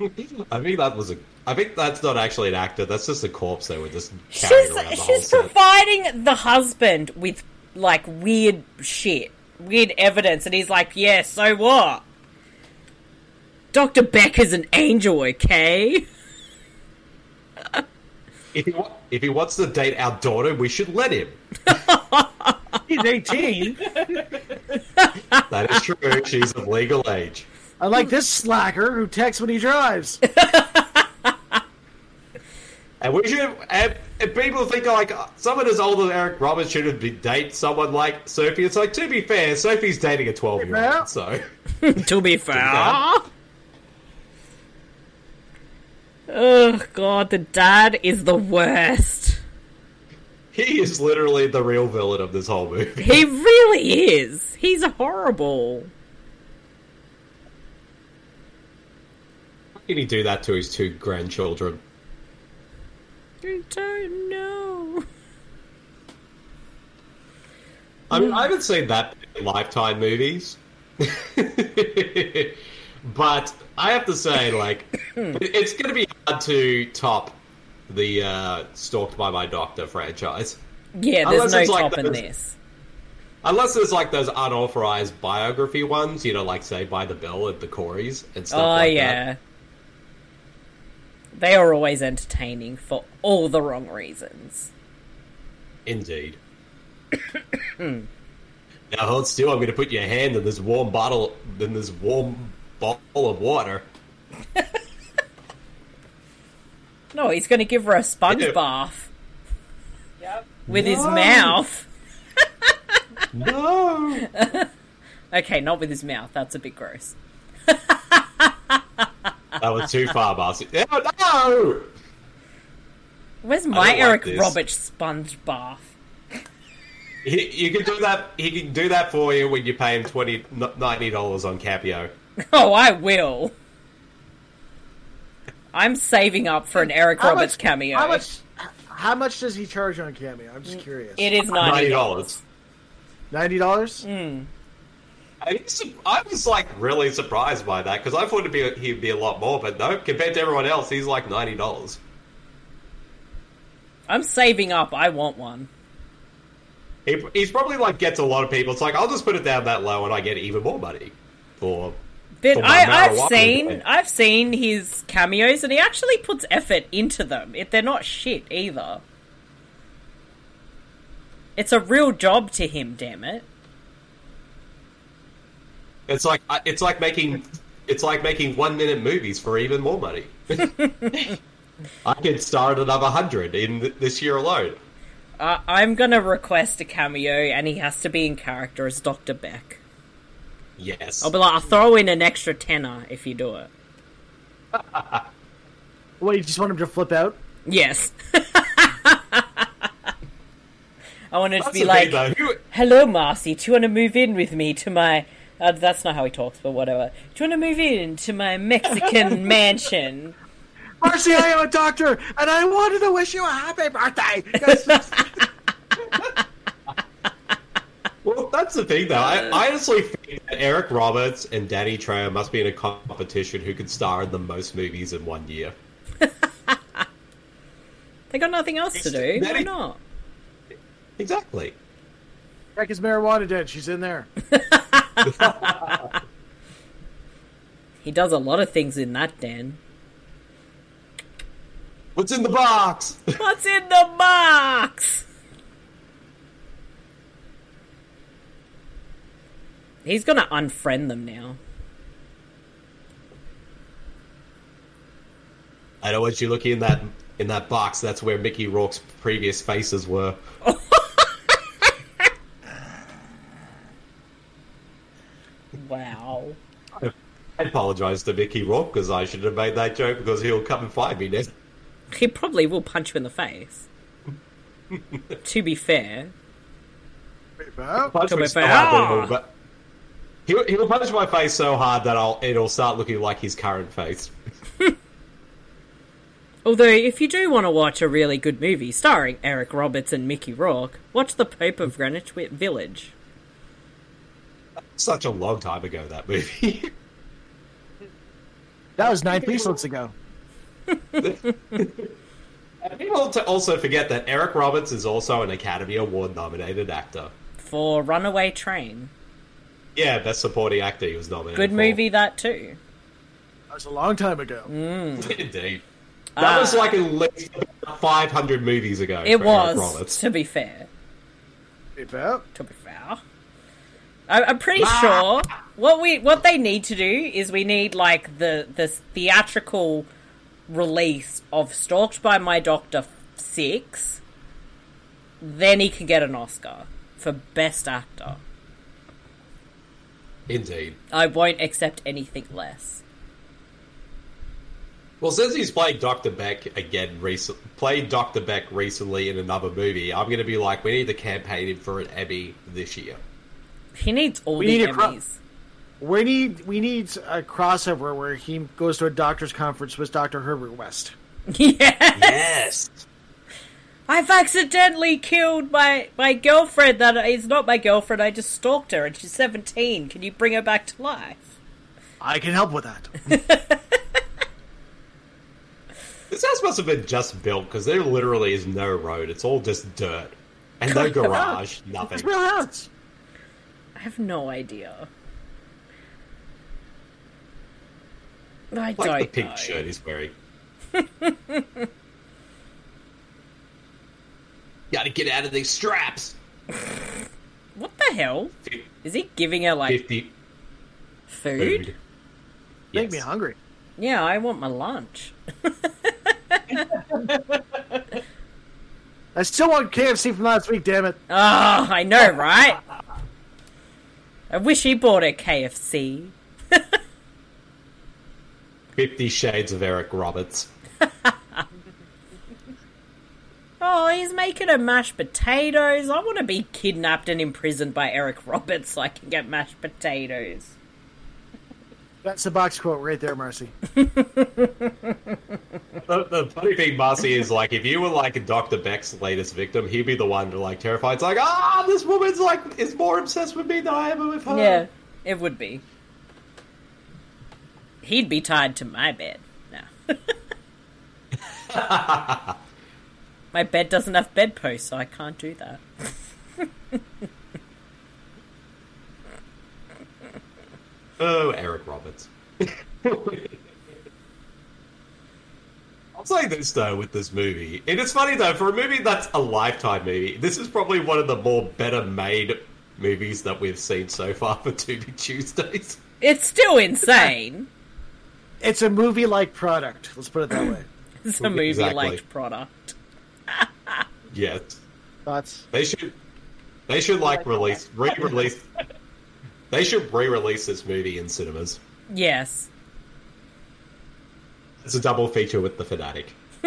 C: I think that was a. I think that's not actually an actor. That's just a corpse they were just carrying
A: she's
C: around the whole
A: she's
C: set.
A: providing the husband with like weird shit, weird evidence, and he's like, "Yeah, so what? Doctor Beck is an angel, okay? <laughs>
C: If he, wa- if he wants to date our daughter, we should let him.
D: He's 18.
C: That is true. She's of legal age.
D: I like this slacker who texts when he drives.
C: And we should. And, and people think like someone as old as Eric Roberts should be date someone like Sophie. It's like to be fair, Sophie's dating a twelve year old. So <laughs>
A: to be fair, oh god, the dad is the worst.
C: he is literally the real villain of this whole movie.
A: He really is. He's horrible.
C: How can he do that to his two grandchildren?
A: I don't know.
C: I
A: Mm.
C: mean, I haven't seen that many Lifetime movies, <laughs> but I have to say,
A: <coughs>
C: like, it- it's going to be hard to top the uh, "Stalked by My Doctor" franchise.
A: Yeah, there's
C: Unless
A: no
C: it's like
A: top in
C: those-
A: this.
C: Unless there's like those unauthorized biography ones, you know, like say by the Bell at the Corys and stuff.
A: oh
C: like
A: yeah
C: that.
A: they are always entertaining for all the wrong reasons <coughs>
C: indeed. now hold still. I'm going to put your hand in this warm bottle, in this warm bottle
A: <coughs>
C: of water.
A: no he's going to give her a sponge
C: Yeah.
A: bath with his
K: No.
A: mouth
C: no
A: okay not with his mouth that's a bit gross
C: That was too far, Marcy. Oh, no!
A: where's
C: don't
A: my
C: like
A: eric
C: this.
A: roberts sponge bath
C: He, you can do that. He can do that for you when you pay him twenty ninety dollars on Capio.
A: <laughs> oh i will i'm saving up for an eric
D: How
A: roberts
D: much-
A: cameo
D: How much, how much does he charge on Cameo? I'm just curious.
A: it is
C: Ninety
A: 90
C: dollars.
D: Ninety dollars.
C: I was like really surprised by that because I thought it'd be he'd be a lot more, but no. Compared to everyone else, he's like ninety dollars.
A: i'm saving up i want one
C: He, he's probably like gets a lot of people. It's like I'll just put it down that low and I get even more money for.
A: But
C: for my
A: I, I've
C: marijuana
A: seen
C: day.
A: I've seen his cameos, and he actually puts effort into them. If they're not shit either, it's a real job to him. Damn it!
C: It's like it's like making it's like making one minute movies for even
A: <laughs>
C: more money. I could star in another hundred in th- this year alone.
A: Uh, I'm gonna request a cameo, and he has to be in character as Doctor Beck.
C: Yes,
A: I'll be like, I'll throw in an extra tenner if you do it.
D: What you just want him to flip out?
A: Yes. <laughs> I wanted to
C: That's
A: be
C: the thing,
A: like,
C: though. Who-
A: Hello, Marcy. Do you want to move in with me to my? Uh, that's not how he talks, but whatever. Do you want to move in to my Mexican mansion?
D: Marcy, I am a doctor, and I wanted to wish you a happy birthday. Because-
C: Well, that's the thing, though.
A: Uh.
C: I, I honestly think that Eric Roberts and Danny Trejo must be in a competition who could star in the most movies in one year.
A: They got nothing else to do.
C: That
A: Why
C: is-
A: not?
C: Exactly.
D: Check his marijuana den. She's in there.
A: He does a lot of things in that den.
C: What's in the box? <laughs>
A: What's in the box? He's gonna unfriend them now.
C: I know once you look in that in that box, that's where Mickey Rourke's previous faces were.
A: Wow.
C: I apologize to Mickey Rourke because I should have made that joke because he'll come and find me next.
A: He probably will punch you in the face. to be fair.
C: Punch
A: To be Ah.
C: me so
A: fair.
C: hard that it'll- but- He'll, he'll punch my face so hard that I'll it'll start looking like his current face. <laughs>
A: Although, if you do want to watch a really good movie starring Eric Roberts and Mickey Rourke, watch The Pope of Greenwich Wi- Village.
C: Such a long time ago that movie. <laughs>
D: That was nine episodes ago.
C: And People to also forget that Eric Roberts is also an Academy Award nominated actor.
A: For Runaway Train.
C: Yeah, best supporting actor he was nominated.
A: Good
C: for.
A: movie, that too.
D: That was a long time ago.
C: <laughs> Indeed. That was like at least about 500 movies ago.
A: Ah. It
C: for Eric
A: was,
C: Roberts.
A: to be fair.
D: About.
A: To be fair. I- I'm pretty
D: Ah.
A: sure what we what they need to do is we need like the this theatrical release of Stalked by My Doctor Six. Then he can get an Oscar for Best Actor.
C: Indeed.
A: I won't accept anything less.
C: Well, since he's played Dr. Beck again recently, played Dr. Beck recently in another movie, I'm going to be like, we need to campaign him for an Emmy this year.
A: He needs all
D: We
A: the
D: need a cro-
A: Emmys.
D: We need we need a crossover where he goes to a doctor's conference with Doctor Herbert West.
C: Yes.
A: I've accidentally killed my my girlfriend. That is not my girlfriend. I just stalked her, and she's seventeen. Can you bring her back to life?
D: I can help with that.
C: This house must have been just built because there literally is no road. It's all just dirt. And no garage, nothing.
D: It's real house.
A: I have no idea. I
C: Like the
A: don't
C: pink
A: know.
C: shirt he's wearing. <laughs> Gotta get out of these straps.
A: What the hell? Is he giving her like
C: 50
A: food?
C: food.
D: Make me hungry.
A: Yeah, I want my lunch.
D: I still want KFC from last week. Damn it!
A: Oh, I know, right? I wish he bought a KFC.
C: 50 Shades of Eric Roberts.
A: Oh, he's making her mashed potatoes. I want to be kidnapped and imprisoned by Eric Roberts so I can get mashed potatoes.
D: That's the box quote right there, <laughs> Marcy.
C: The, the funny thing, Marcy, is like if you were like Dr. Beck's latest victim, he'd be the one to like terrify. It's like, ah, this woman's like is more obsessed with me than I am with her.
A: Yeah, it would be. He'd be tied to my bed.
C: <laughs>
A: No. my bed doesn't have bedposts, so I can't do that.
C: Oh, Eric Roberts. I'll say this though with this movie, and it's funny though for a movie that's a lifetime movie. This is probably one of the more better made movies that we've seen so far for <laughs> Tubi Tuesdays.
A: It's still
C: <laughs>
A: insane.
D: It's a movie like product. Let's put it that way.
A: It's a movie
C: Exactly.
A: like product.
C: Yes,
D: <clears throat> Thoughts?
C: they should. They should like release re-release. they should re-release this movie in cinemas.
A: Yes.
C: It's a double feature with the fanatic. <laughs>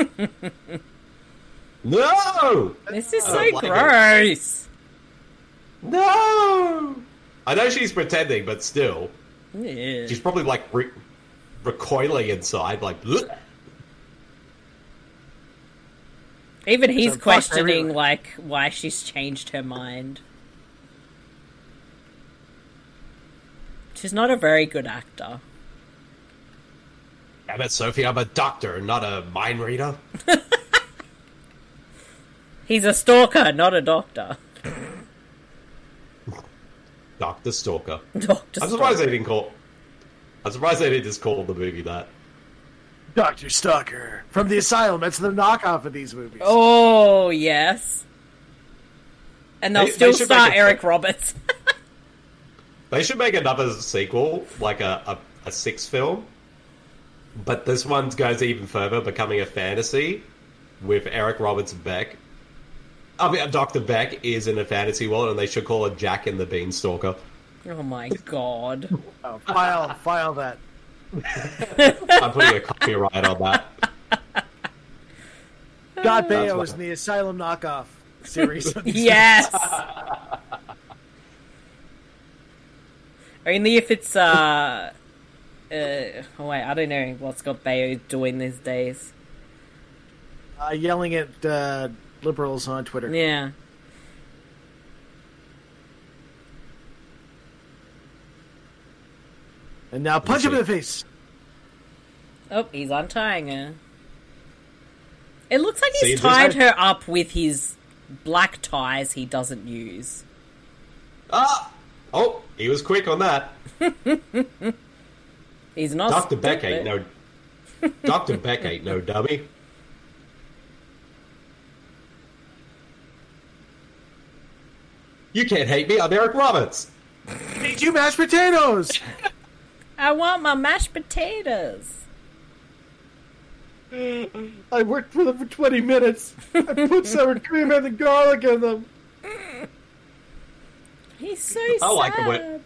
C: no,
A: This is
C: I
A: so
C: don't like it.
A: gross.
C: no. I know she's pretending, but still.
A: Yeah.
C: She's probably like re- recoiling inside, like. "Ugh."
A: Even he's
D: So fuck
A: questioning
D: everyone.
A: like why she's changed her mind. She's not a very good actor.
C: Damn it, Sophie! I'm a doctor, not a mind reader.
A: He's a stalker, not a doctor.
C: Doctor Stalker.
A: <laughs> Doctor.
C: I'm surprised
A: stalker.
C: they didn't call. I'm surprised they didn't just call the movie that.
D: Doctor Stalker from the asylum. That's the knockoff of these movies.
A: Oh yes. And they'll
C: They- they
A: still
C: should
A: star
C: make a-
A: Eric Roberts.
C: They should make another sequel, like a, a, a six film. But this one goes even further, becoming a fantasy with Eric Roberts Beck. I mean, Dr. Beck is in a fantasy world, and they should call it Jack and the Beanstalker.
A: <laughs> Oh
C: <laughs>
A: my god.
D: Oh, file, file that.
C: I'm putting a copyright on that.
D: God Bayo is in the Asylum knockoff <laughs> series.
A: Yes. Only if it's uh, uh oh wait, I don't know what's got Bayo doing these days.
D: Uh, yelling at uh, liberals on Twitter.
A: Yeah.
D: And now punch him in the face.
A: Oh, he's untying her. It looks like
C: See,
A: he's
C: this-
A: tied her up with his black ties he doesn't use.
C: Ah! Oh, he was quick on that.
A: He's not
C: Dr. Beck
A: Oh, stupid.
C: ain't no. Dr. Beck ain't no dummy. You can't hate me. I'm Eric Roberts.
D: Did you mashed potatoes?
A: I want my mashed potatoes.
D: <laughs> I worked for them for 20 minutes. I put <laughs> sour cream and the garlic in them.
A: He's so
C: I
A: sad.
C: like him when-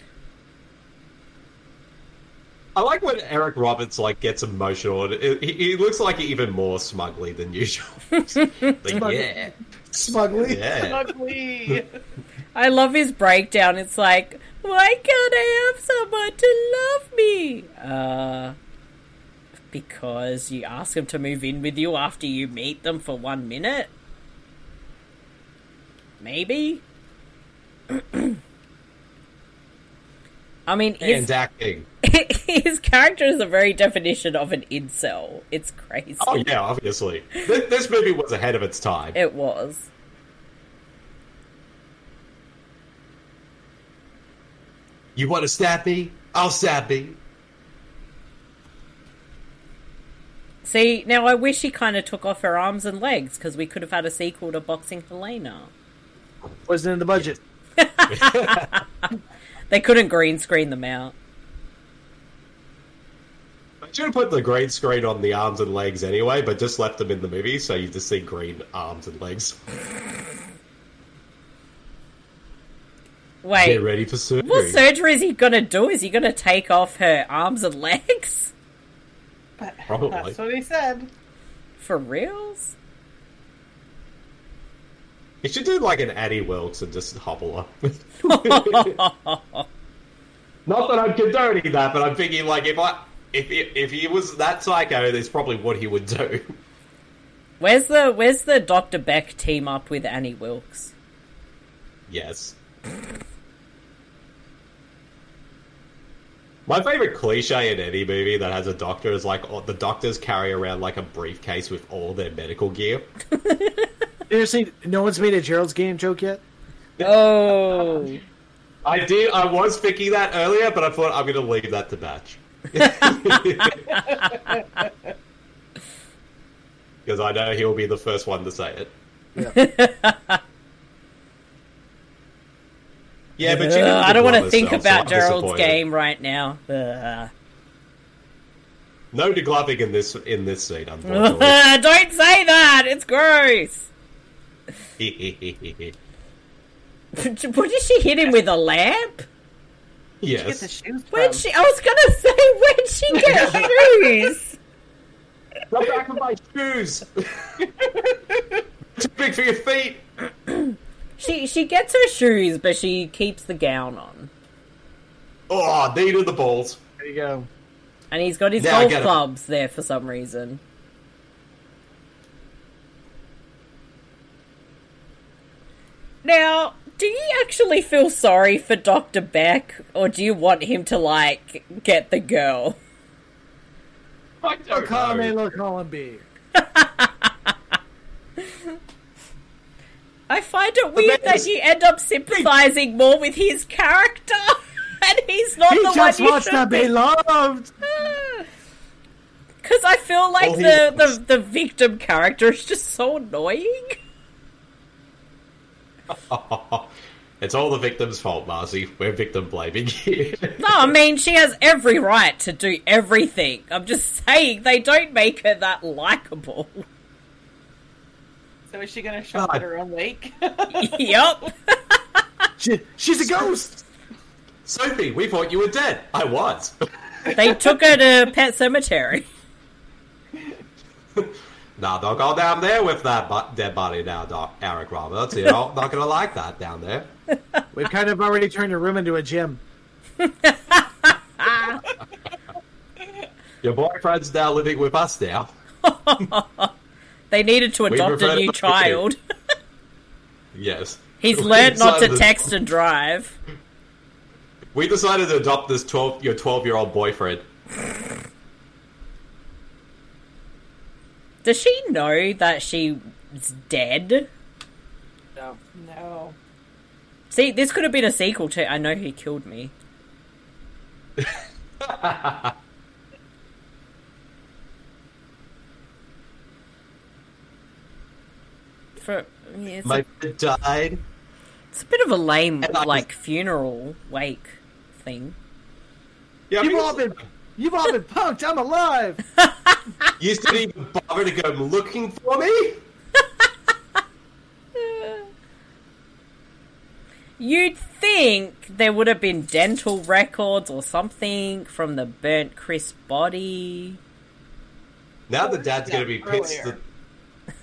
C: I like when Eric Roberts like gets emotional. and it- He, he looks like even more smugly
A: <laughs>
C: than usual. Like, yeah,
D: Smugly. <laughs>
C: yeah.
K: Ugly.
A: I love his breakdown. It's like, why can't I have someone to love me? Uh, because you ask them to move in with you after you meet them for one minute? Maybe? <clears throat> I mean, his,
C: And acting.
A: <laughs> his character is the very definition of an incel. It's crazy.
C: Oh yeah, obviously. This, this movie was ahead of its time.
A: It was.
C: You want to stab me? I'll stab me.
A: See, now I wish he kind of took off her arms and legs because we could have had a sequel to Boxing Helena.
D: Wasn't in the budget.
A: They couldn't green screen them out.
C: I should have put the green screen on the arms and legs anyway, but just left them in the movie, so you just see green arms and legs.
A: Wait,
C: Get ready for surgery.
A: what surgery is he gonna do? Is he gonna take off her arms and <laughs> legs
K: But
C: Probably.
K: that's what he said.
A: for reals?
C: You should do like an Addie Wilkes and just hobble her. Not that I'm condoning that, but I'm thinking like if I if he, if he was that psycho, that's probably what he would do. <laughs>
A: Where's the Where's the Doctor Beck team up with Annie Wilkes?
C: Yes. My favorite cliche in any movie that has a doctor is like oh, the doctors carry around like a briefcase with all their medical gear.
D: Seriously, no one's made a Gerald's game joke yet?
A: Oh,
C: I did. I was thinking that earlier, but I thought I'm going to leave that to Batch <laughs> because I know he'll be the first one to say it. Yeah, <laughs> but you
A: Ugh, I don't
C: want to
A: think about Gerald's
C: Gerald's
A: game right now. Ugh.
C: No degloving in this in this scene, unfortunately.
A: <laughs>
C: <laughs>
A: Don't say that. It's gross. <laughs> what did she hit him with a lamp?
K: Get the
C: yes,
K: shoes
A: Where'd
K: from.
A: she? I was gonna <laughs> say where'd she get <laughs> shoes?
C: come back with my shoes. <laughs> Too big for your feet.
A: She she gets her shoes, but she keeps the gown on,
C: Oh, need of the balls.
D: There you go.
A: and he's got his
C: Yeah, I
A: golf
C: get it.
A: clubs there for some reason. Now, do you actually feel sorry for Doctor Beck, or do you want him to like get the girl?
C: I
D: Oh,
C: don't
D: column A,
C: know.
D: low column B.
A: I find it weird
C: man
A: that
C: is-
A: you end up sympathizing more with his character, <laughs> and he's not
D: He
A: the
D: just
A: one you
D: wants
A: should
D: to be loved.
A: <sighs> Because I feel like
C: All he
A: the,
C: wants.
A: the, the victim character is just so annoying.
C: Oh, It's all the victim's fault, Marcy. We're victim blaming you. <laughs>
A: No, I mean, she has every right to do everything. I'm just saying, they don't make her that likable. <laughs>
K: So is she
C: Ah.
K: gonna shop at her own lake? <laughs>
A: yep.
D: she, she's a ghost.
C: Sophie, we thought you were dead. I was. <laughs>
A: They took her to Pet Cemetery.
C: Nah, don't go down there with that bu- dead body now, Doc Eric Roberts. You know, not gonna like that down there.
D: We've kind of already turned your room into a gym.
C: Your boyfriend's now living with us now.
A: They needed to
C: We
A: adopt
C: prefer
A: a new
C: not to.
A: child.
C: Yes.
A: He's
C: We
A: learned not to
C: decided-
A: text and drive.
C: We decided to adopt this twelve your twelve year old boyfriend.
A: Does she know that she's dead?
K: no. No.
A: See, this could have been a sequel to I Know He Killed Me. <laughs> For, yeah, it's,
C: My
A: a,
C: friend died.
A: it's a bit of a lame,
C: And I
A: like, funeral wake thing.
C: Yeah, I
D: You've
C: mean,
D: all been, you've all been punked. I'm alive.
C: you didn't even bother to go looking for me.
A: You'd think there would have been dental records or something from the burnt crisp body.
C: Now the dad's gonna be pissed.
K: Earlier.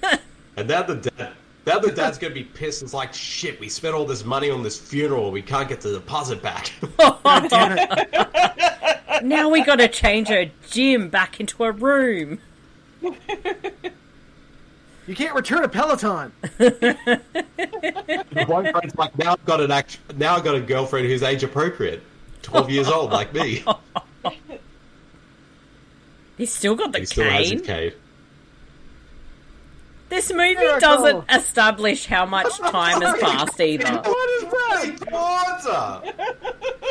C: that- <laughs> and now the dad, now the dad's gonna be pissed. It's like shit. We spent all this money on this funeral. We can't get the deposit back. <laughs>
A: Now we gotta change her gym back into a room.
D: You can't return a Peloton.
C: the boyfriend's like, now I've got an act- Now I've got a girlfriend who's age appropriate, twelve years old,
A: <laughs>
C: like me.
A: Oh, He's still got the
C: He still has
A: cane.
C: his cane.
A: This movie
D: Miracle.
A: doesn't establish how much time has passed either.
C: What
A: <laughs>
C: is that? Water.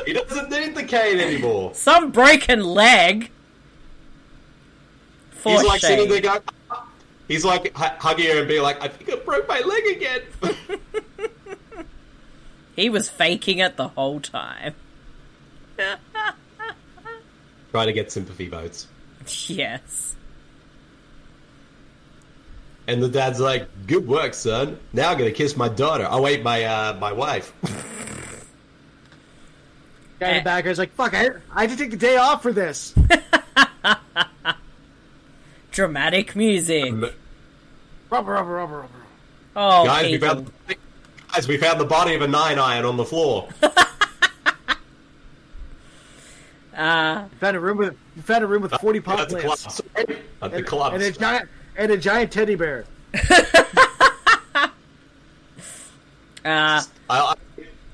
C: he doesn't need the cane anymore.
A: Some broken leg. For
C: He's like sitting
A: shame.
C: there going. "Ah." He's like hu- hugging her and being like, "I think I broke my leg again." <laughs>
A: He was faking it the whole time. <laughs>
C: Trying to get sympathy votes.
A: Yes.
C: And the dad's like, "Good work, son. Now I'm gonna kiss my daughter. Oh wait, my uh, my wife."
D: Guy in the back is like, fuck, I, I had to take the day off for this.
A: Dramatic music.
D: Rubber, rubber, rubber, rubber.
A: Oh,
C: guys, we
A: Ethan.
C: found the, guys, we found the body of a nine iron on the floor.
D: Found a room with found a room with forty pot
C: At the club.
D: plants
C: Sorry. At the club.
D: and a giant and a giant teddy bear.
A: Uh,
C: I, I,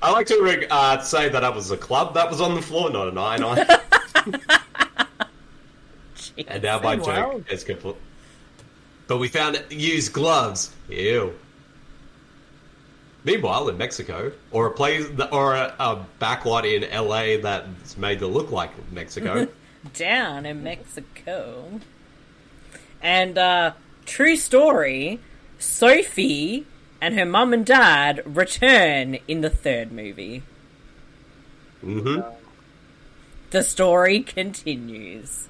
C: I like to uh, say that that was a club that was on the floor, not an iron
D: <laughs>
C: iron. and now my
D: Wow.
C: joke is complete. But we found used gloves. Ew. Meanwhile, in Mexico, or a place, or a, a backlot in LA that's made to look like
D: <laughs>
C: Mexico.
A: down in Mexico. And uh true story, Sophie and her mum and dad return in the third movie.
C: hmm
A: The story continues.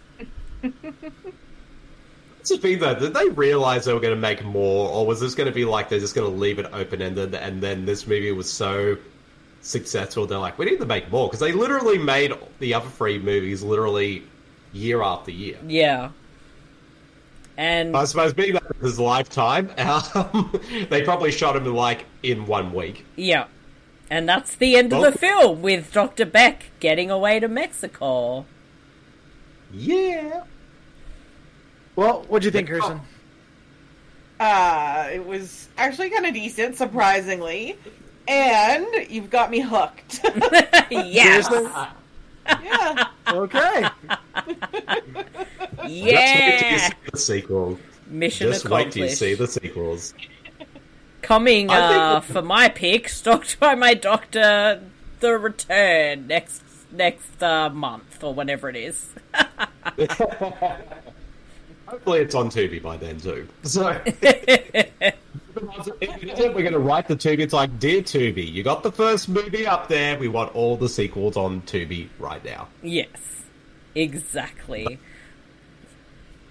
C: That's the thing, though. Did they realize they were going to make more, or was this going to be like they're just going to leave it open ended? And then this movie was so successful, they're like, we need to make more because they literally made the other three movies literally year after year.
A: Yeah. And
C: I suppose being that it's his lifetime, <laughs> um, they probably shot him like in one week.
A: yeah. And that's the end of the
C: Welcome.
A: film with Dr. Beck getting away to Mexico. <laughs>
C: Yeah,
D: Well, what'd you think, Kirsten?
K: Uh, it was actually kind of decent, surprisingly. And you've got me hooked. <laughs>
A: yes.
D: <laughs>
K: yeah.
D: Okay.
C: Just wait till you
A: Yeah.
C: see the sequel.
A: Mission
C: Just wait
A: accomplished.
C: till you see the sequels.
A: Coming
C: I think
A: uh,
C: that-
A: for my pick, <laughs> stalked by my doctor, the return next next uh, month or whenever it is. <laughs>
C: <laughs> Hopefully, it's on Tubi by then too. So If it isn't, we're going to write to Tubi. It's like, dear Tubi, you got the first movie up there. We want all the sequels on Tubi right now.
A: Yes, exactly.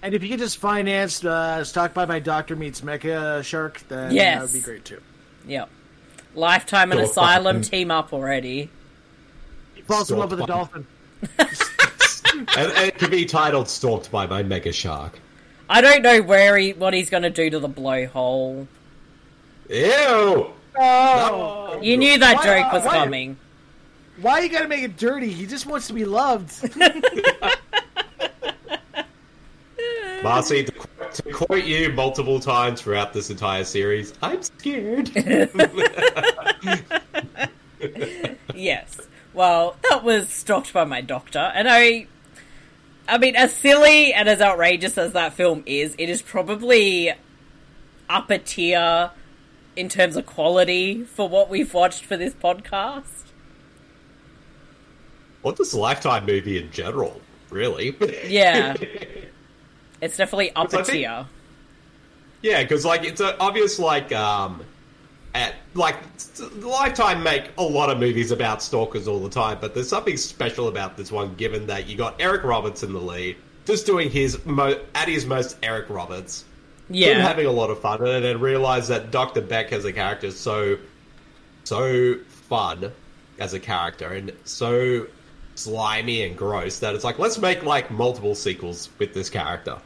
D: And if you could just finance uh, Stock by My Doctor meets Mecha Shark, then
A: Yes.
D: that would be great too.
A: Yep. Lifetime and
D: Sure. <laughs>
A: Asylum team up already.
D: He falls in
C: Sure.
D: love with a dolphin.
C: and, and it could be titled "Stalked by My Mega Shark."
A: I don't know where he, what he's going to do to the blowhole.
C: Ew!
D: Oh,
A: You knew that
D: Why- uh,
A: joke was
D: why-
A: coming.
D: Why you gotta make it dirty? He just wants to be loved.
C: Marcy, to, qu- to quote you multiple times throughout this entire series, I'm scared.
A: yes. Well, that was stalked by my doctor, and I. I mean, as silly and as outrageous as that film is, it is probably upper tier in terms of quality for what we've watched for this podcast.
C: what does Lifetime movie in general, really? <laughs>
A: Yeah. it's definitely upper
C: think-
A: tier.
C: Yeah, because like it's a obvious like um, at like s- Lifetime make a lot of movies about stalkers all the time, but there's something special about this one, given that you got Eric Roberts in the lead, just doing his mo- at his most Eric Roberts.
A: Yeah.
C: Been having a lot of fun in it, and realize that Doctor Beck as a character is so so fun as a character and so slimy and gross that it's like let's make like multiple sequels with this character.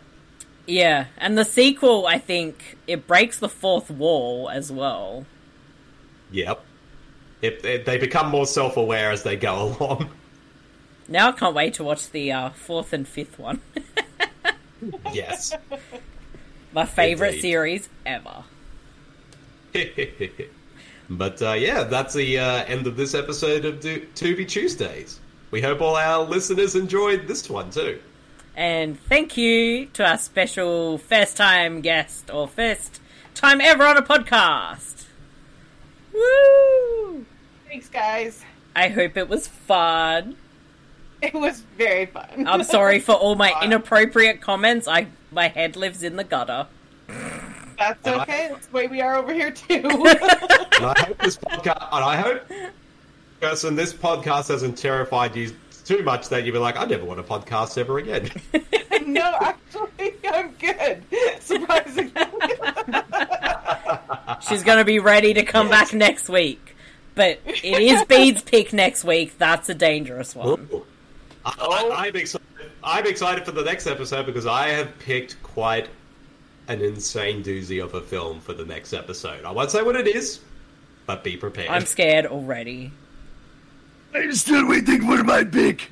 A: Yeah, and the sequel, I think, it breaks the fourth wall as well.
C: Yep. If if they become more self-aware as they go <laughs> along.
A: Now I can't wait to watch the uh, fourth and fifth one. <laughs>
C: Yes. <laughs>
A: My favorite
C: Indeed.
A: series ever.
C: but uh, yeah, that's the uh, end of this episode of Do- To Be Tuesdays. We hope all our listeners enjoyed this one too.
A: And thank you to our special first time guest, or first time ever on a podcast. Woo!
K: Thanks, guys.
A: I hope it was fun.
K: It was very fun.
A: I'm sorry for all my inappropriate comments. I my head lives in the gutter.
K: <laughs> That's okay. That's the way we are over here too. <laughs>
C: And I hope this podcast, and I hope, Kirsten, this podcast hasn't terrified you too much that you'll be like, I never want a podcast ever again. <laughs>
K: no, actually, I'm good. <laughs> Surprisingly, <laughs>
A: She's gonna be ready to come back next week. But it is Bede's pick next week. That's a dangerous one.
C: I, I, I'm excited. I'm excited for the next episode because I have picked quite an insane doozy of a film for the next episode. I won't say what it is, but be prepared.
A: I'm scared already.
C: I'm still waiting for my pick.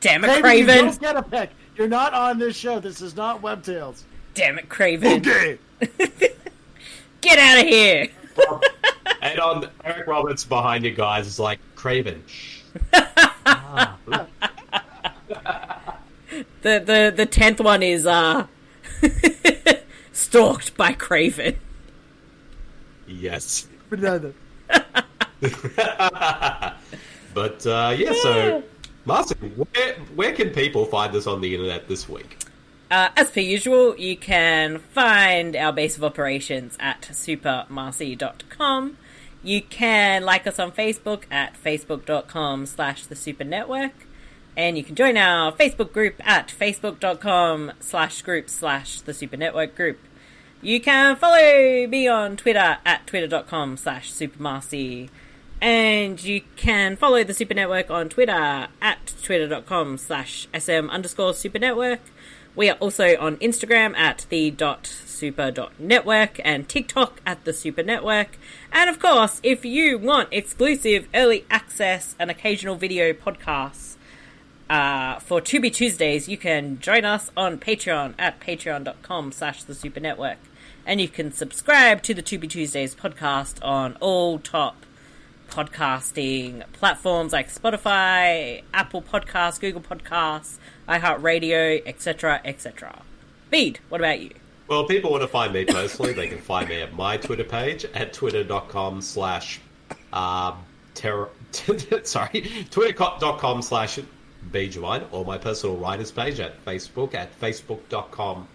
A: Damn it,
D: Maybe You
A: Craven!
D: don't get a pick. You're not on this show. This is not Web Tales.
A: Damn it, Craven! Get out of here!
C: And on Eric Roberts behind you guys is like Craven. shh.
A: The the the tenth one is uh <laughs> stalked by Craven.
C: Yes.
D: Banana.
C: But uh, yeah, so Marcy, where where can people find us on the internet this week?
A: Uh, as per usual, you can find our base of operations at supermarcy.com. You can like us on Facebook at facebook.com slash the super network. And you can join our Facebook group at facebook.com slash group slash the super network group. You can follow me on Twitter at twitter.com slash supermarcy. And you can follow the Super Network on Twitter at twitter.com slash sm underscore super network. We are also on Instagram at the dot super dot network and TikTok at the super network. And of course, if you want exclusive early access and occasional video podcasts uh, for To Be Tuesdays, you can join us on Patreon at patreon.com slash the super network. And you can subscribe to the To Be Tuesdays podcast on all top podcasting platforms like Spotify, Apple Podcasts, Google Podcasts, iHeartRadio, etc., etc. Bede, what about you?
C: Well, if people want to find me personally, they can find me at my Twitter page at twitter.com slash um, terror. <laughs> sorry, twitter.com slash bjwine or my personal writers page at Facebook at facebook.com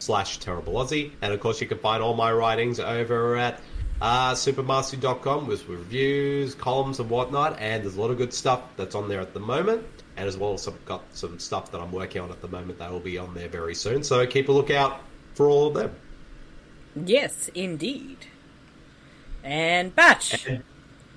C: slash terrible Aussie. And of course, you can find all my writings over at uh, supermastery.com with reviews, columns, and whatnot. And there's a lot of good stuff that's on there at the moment. And as well as I've got some stuff that I'm working on at the moment that will be on there very soon. So keep a lookout for all of them.
A: Yes, indeed. And Batch.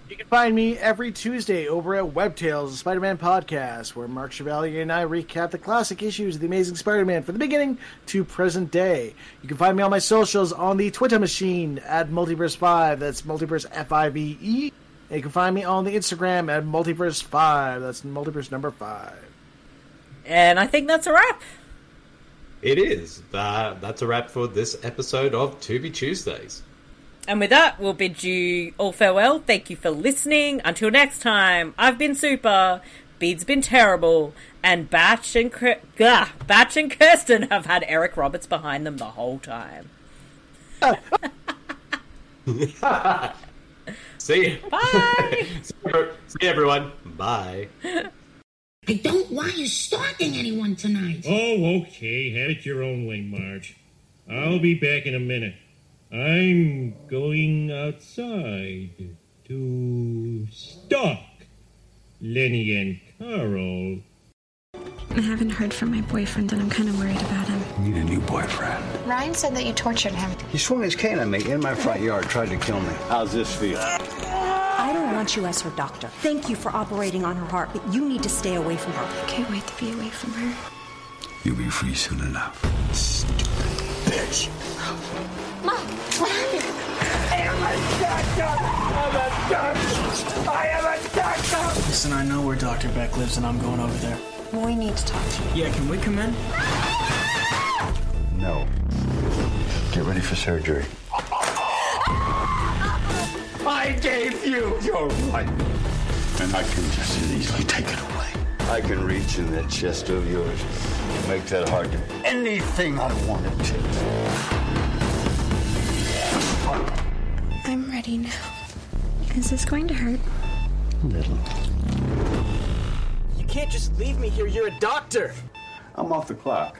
D: You can find me every Tuesday over at WebTales, the Spider Man podcast, where Mark Chevalier and I recap the classic issues of The Amazing Spider Man from the beginning to present day. You can find me on my socials on the Twitter machine at Multiverse5, that's Multiverse F I V E. And you can find me on the Instagram at Multiverse5, that's Multiverse number 5.
A: And I think that's a wrap.
C: It is. Uh, that's a wrap for this episode of To Be Tuesdays.
A: And with that, we'll bid you all farewell. Thank you for listening. Until next time, I've been super, Bede's been terrible, and Batch and Cur- Gah, Batch and Kirsten have had Eric Roberts behind them the whole time.
C: See you.
A: Bye. <laughs>
C: See you, everyone. Bye.
L: I don't want you stalking anyone tonight.
M: Oh, okay. Have it your own way, Marge. I'll be back in a minute. I'm going outside to stalk Lenny and Carl.
J: I haven't heard from my boyfriend, and I'm kind of worried about him.
H: Need a new boyfriend.
J: Ryan said that you tortured him.
H: He swung his cane at me in my front yard, tried to kill me. How's this feel?
N: I don't want you as her doctor. Thank you for operating on her heart, but you need to stay away from her.
J: I can't wait to be away from her.
H: You'll be free soon enough.
L: Bitch. Mom, what happened?
E: I am a doctor! I'm a doctor! I am a doctor!
O: Listen, I know where Dr. Beck lives, and I'm going over there.
J: We need to talk to you.
O: Yeah, can we come in?
H: No. Get ready for surgery.
E: I gave you your
H: Right. And I can just as easily take it away. I can reach in that chest of yours, make that heart do anything I want it to.
J: I'm ready now. Is this going to hurt?
H: A little.
O: You can't just leave me here. You're a doctor.
H: I'm off the clock.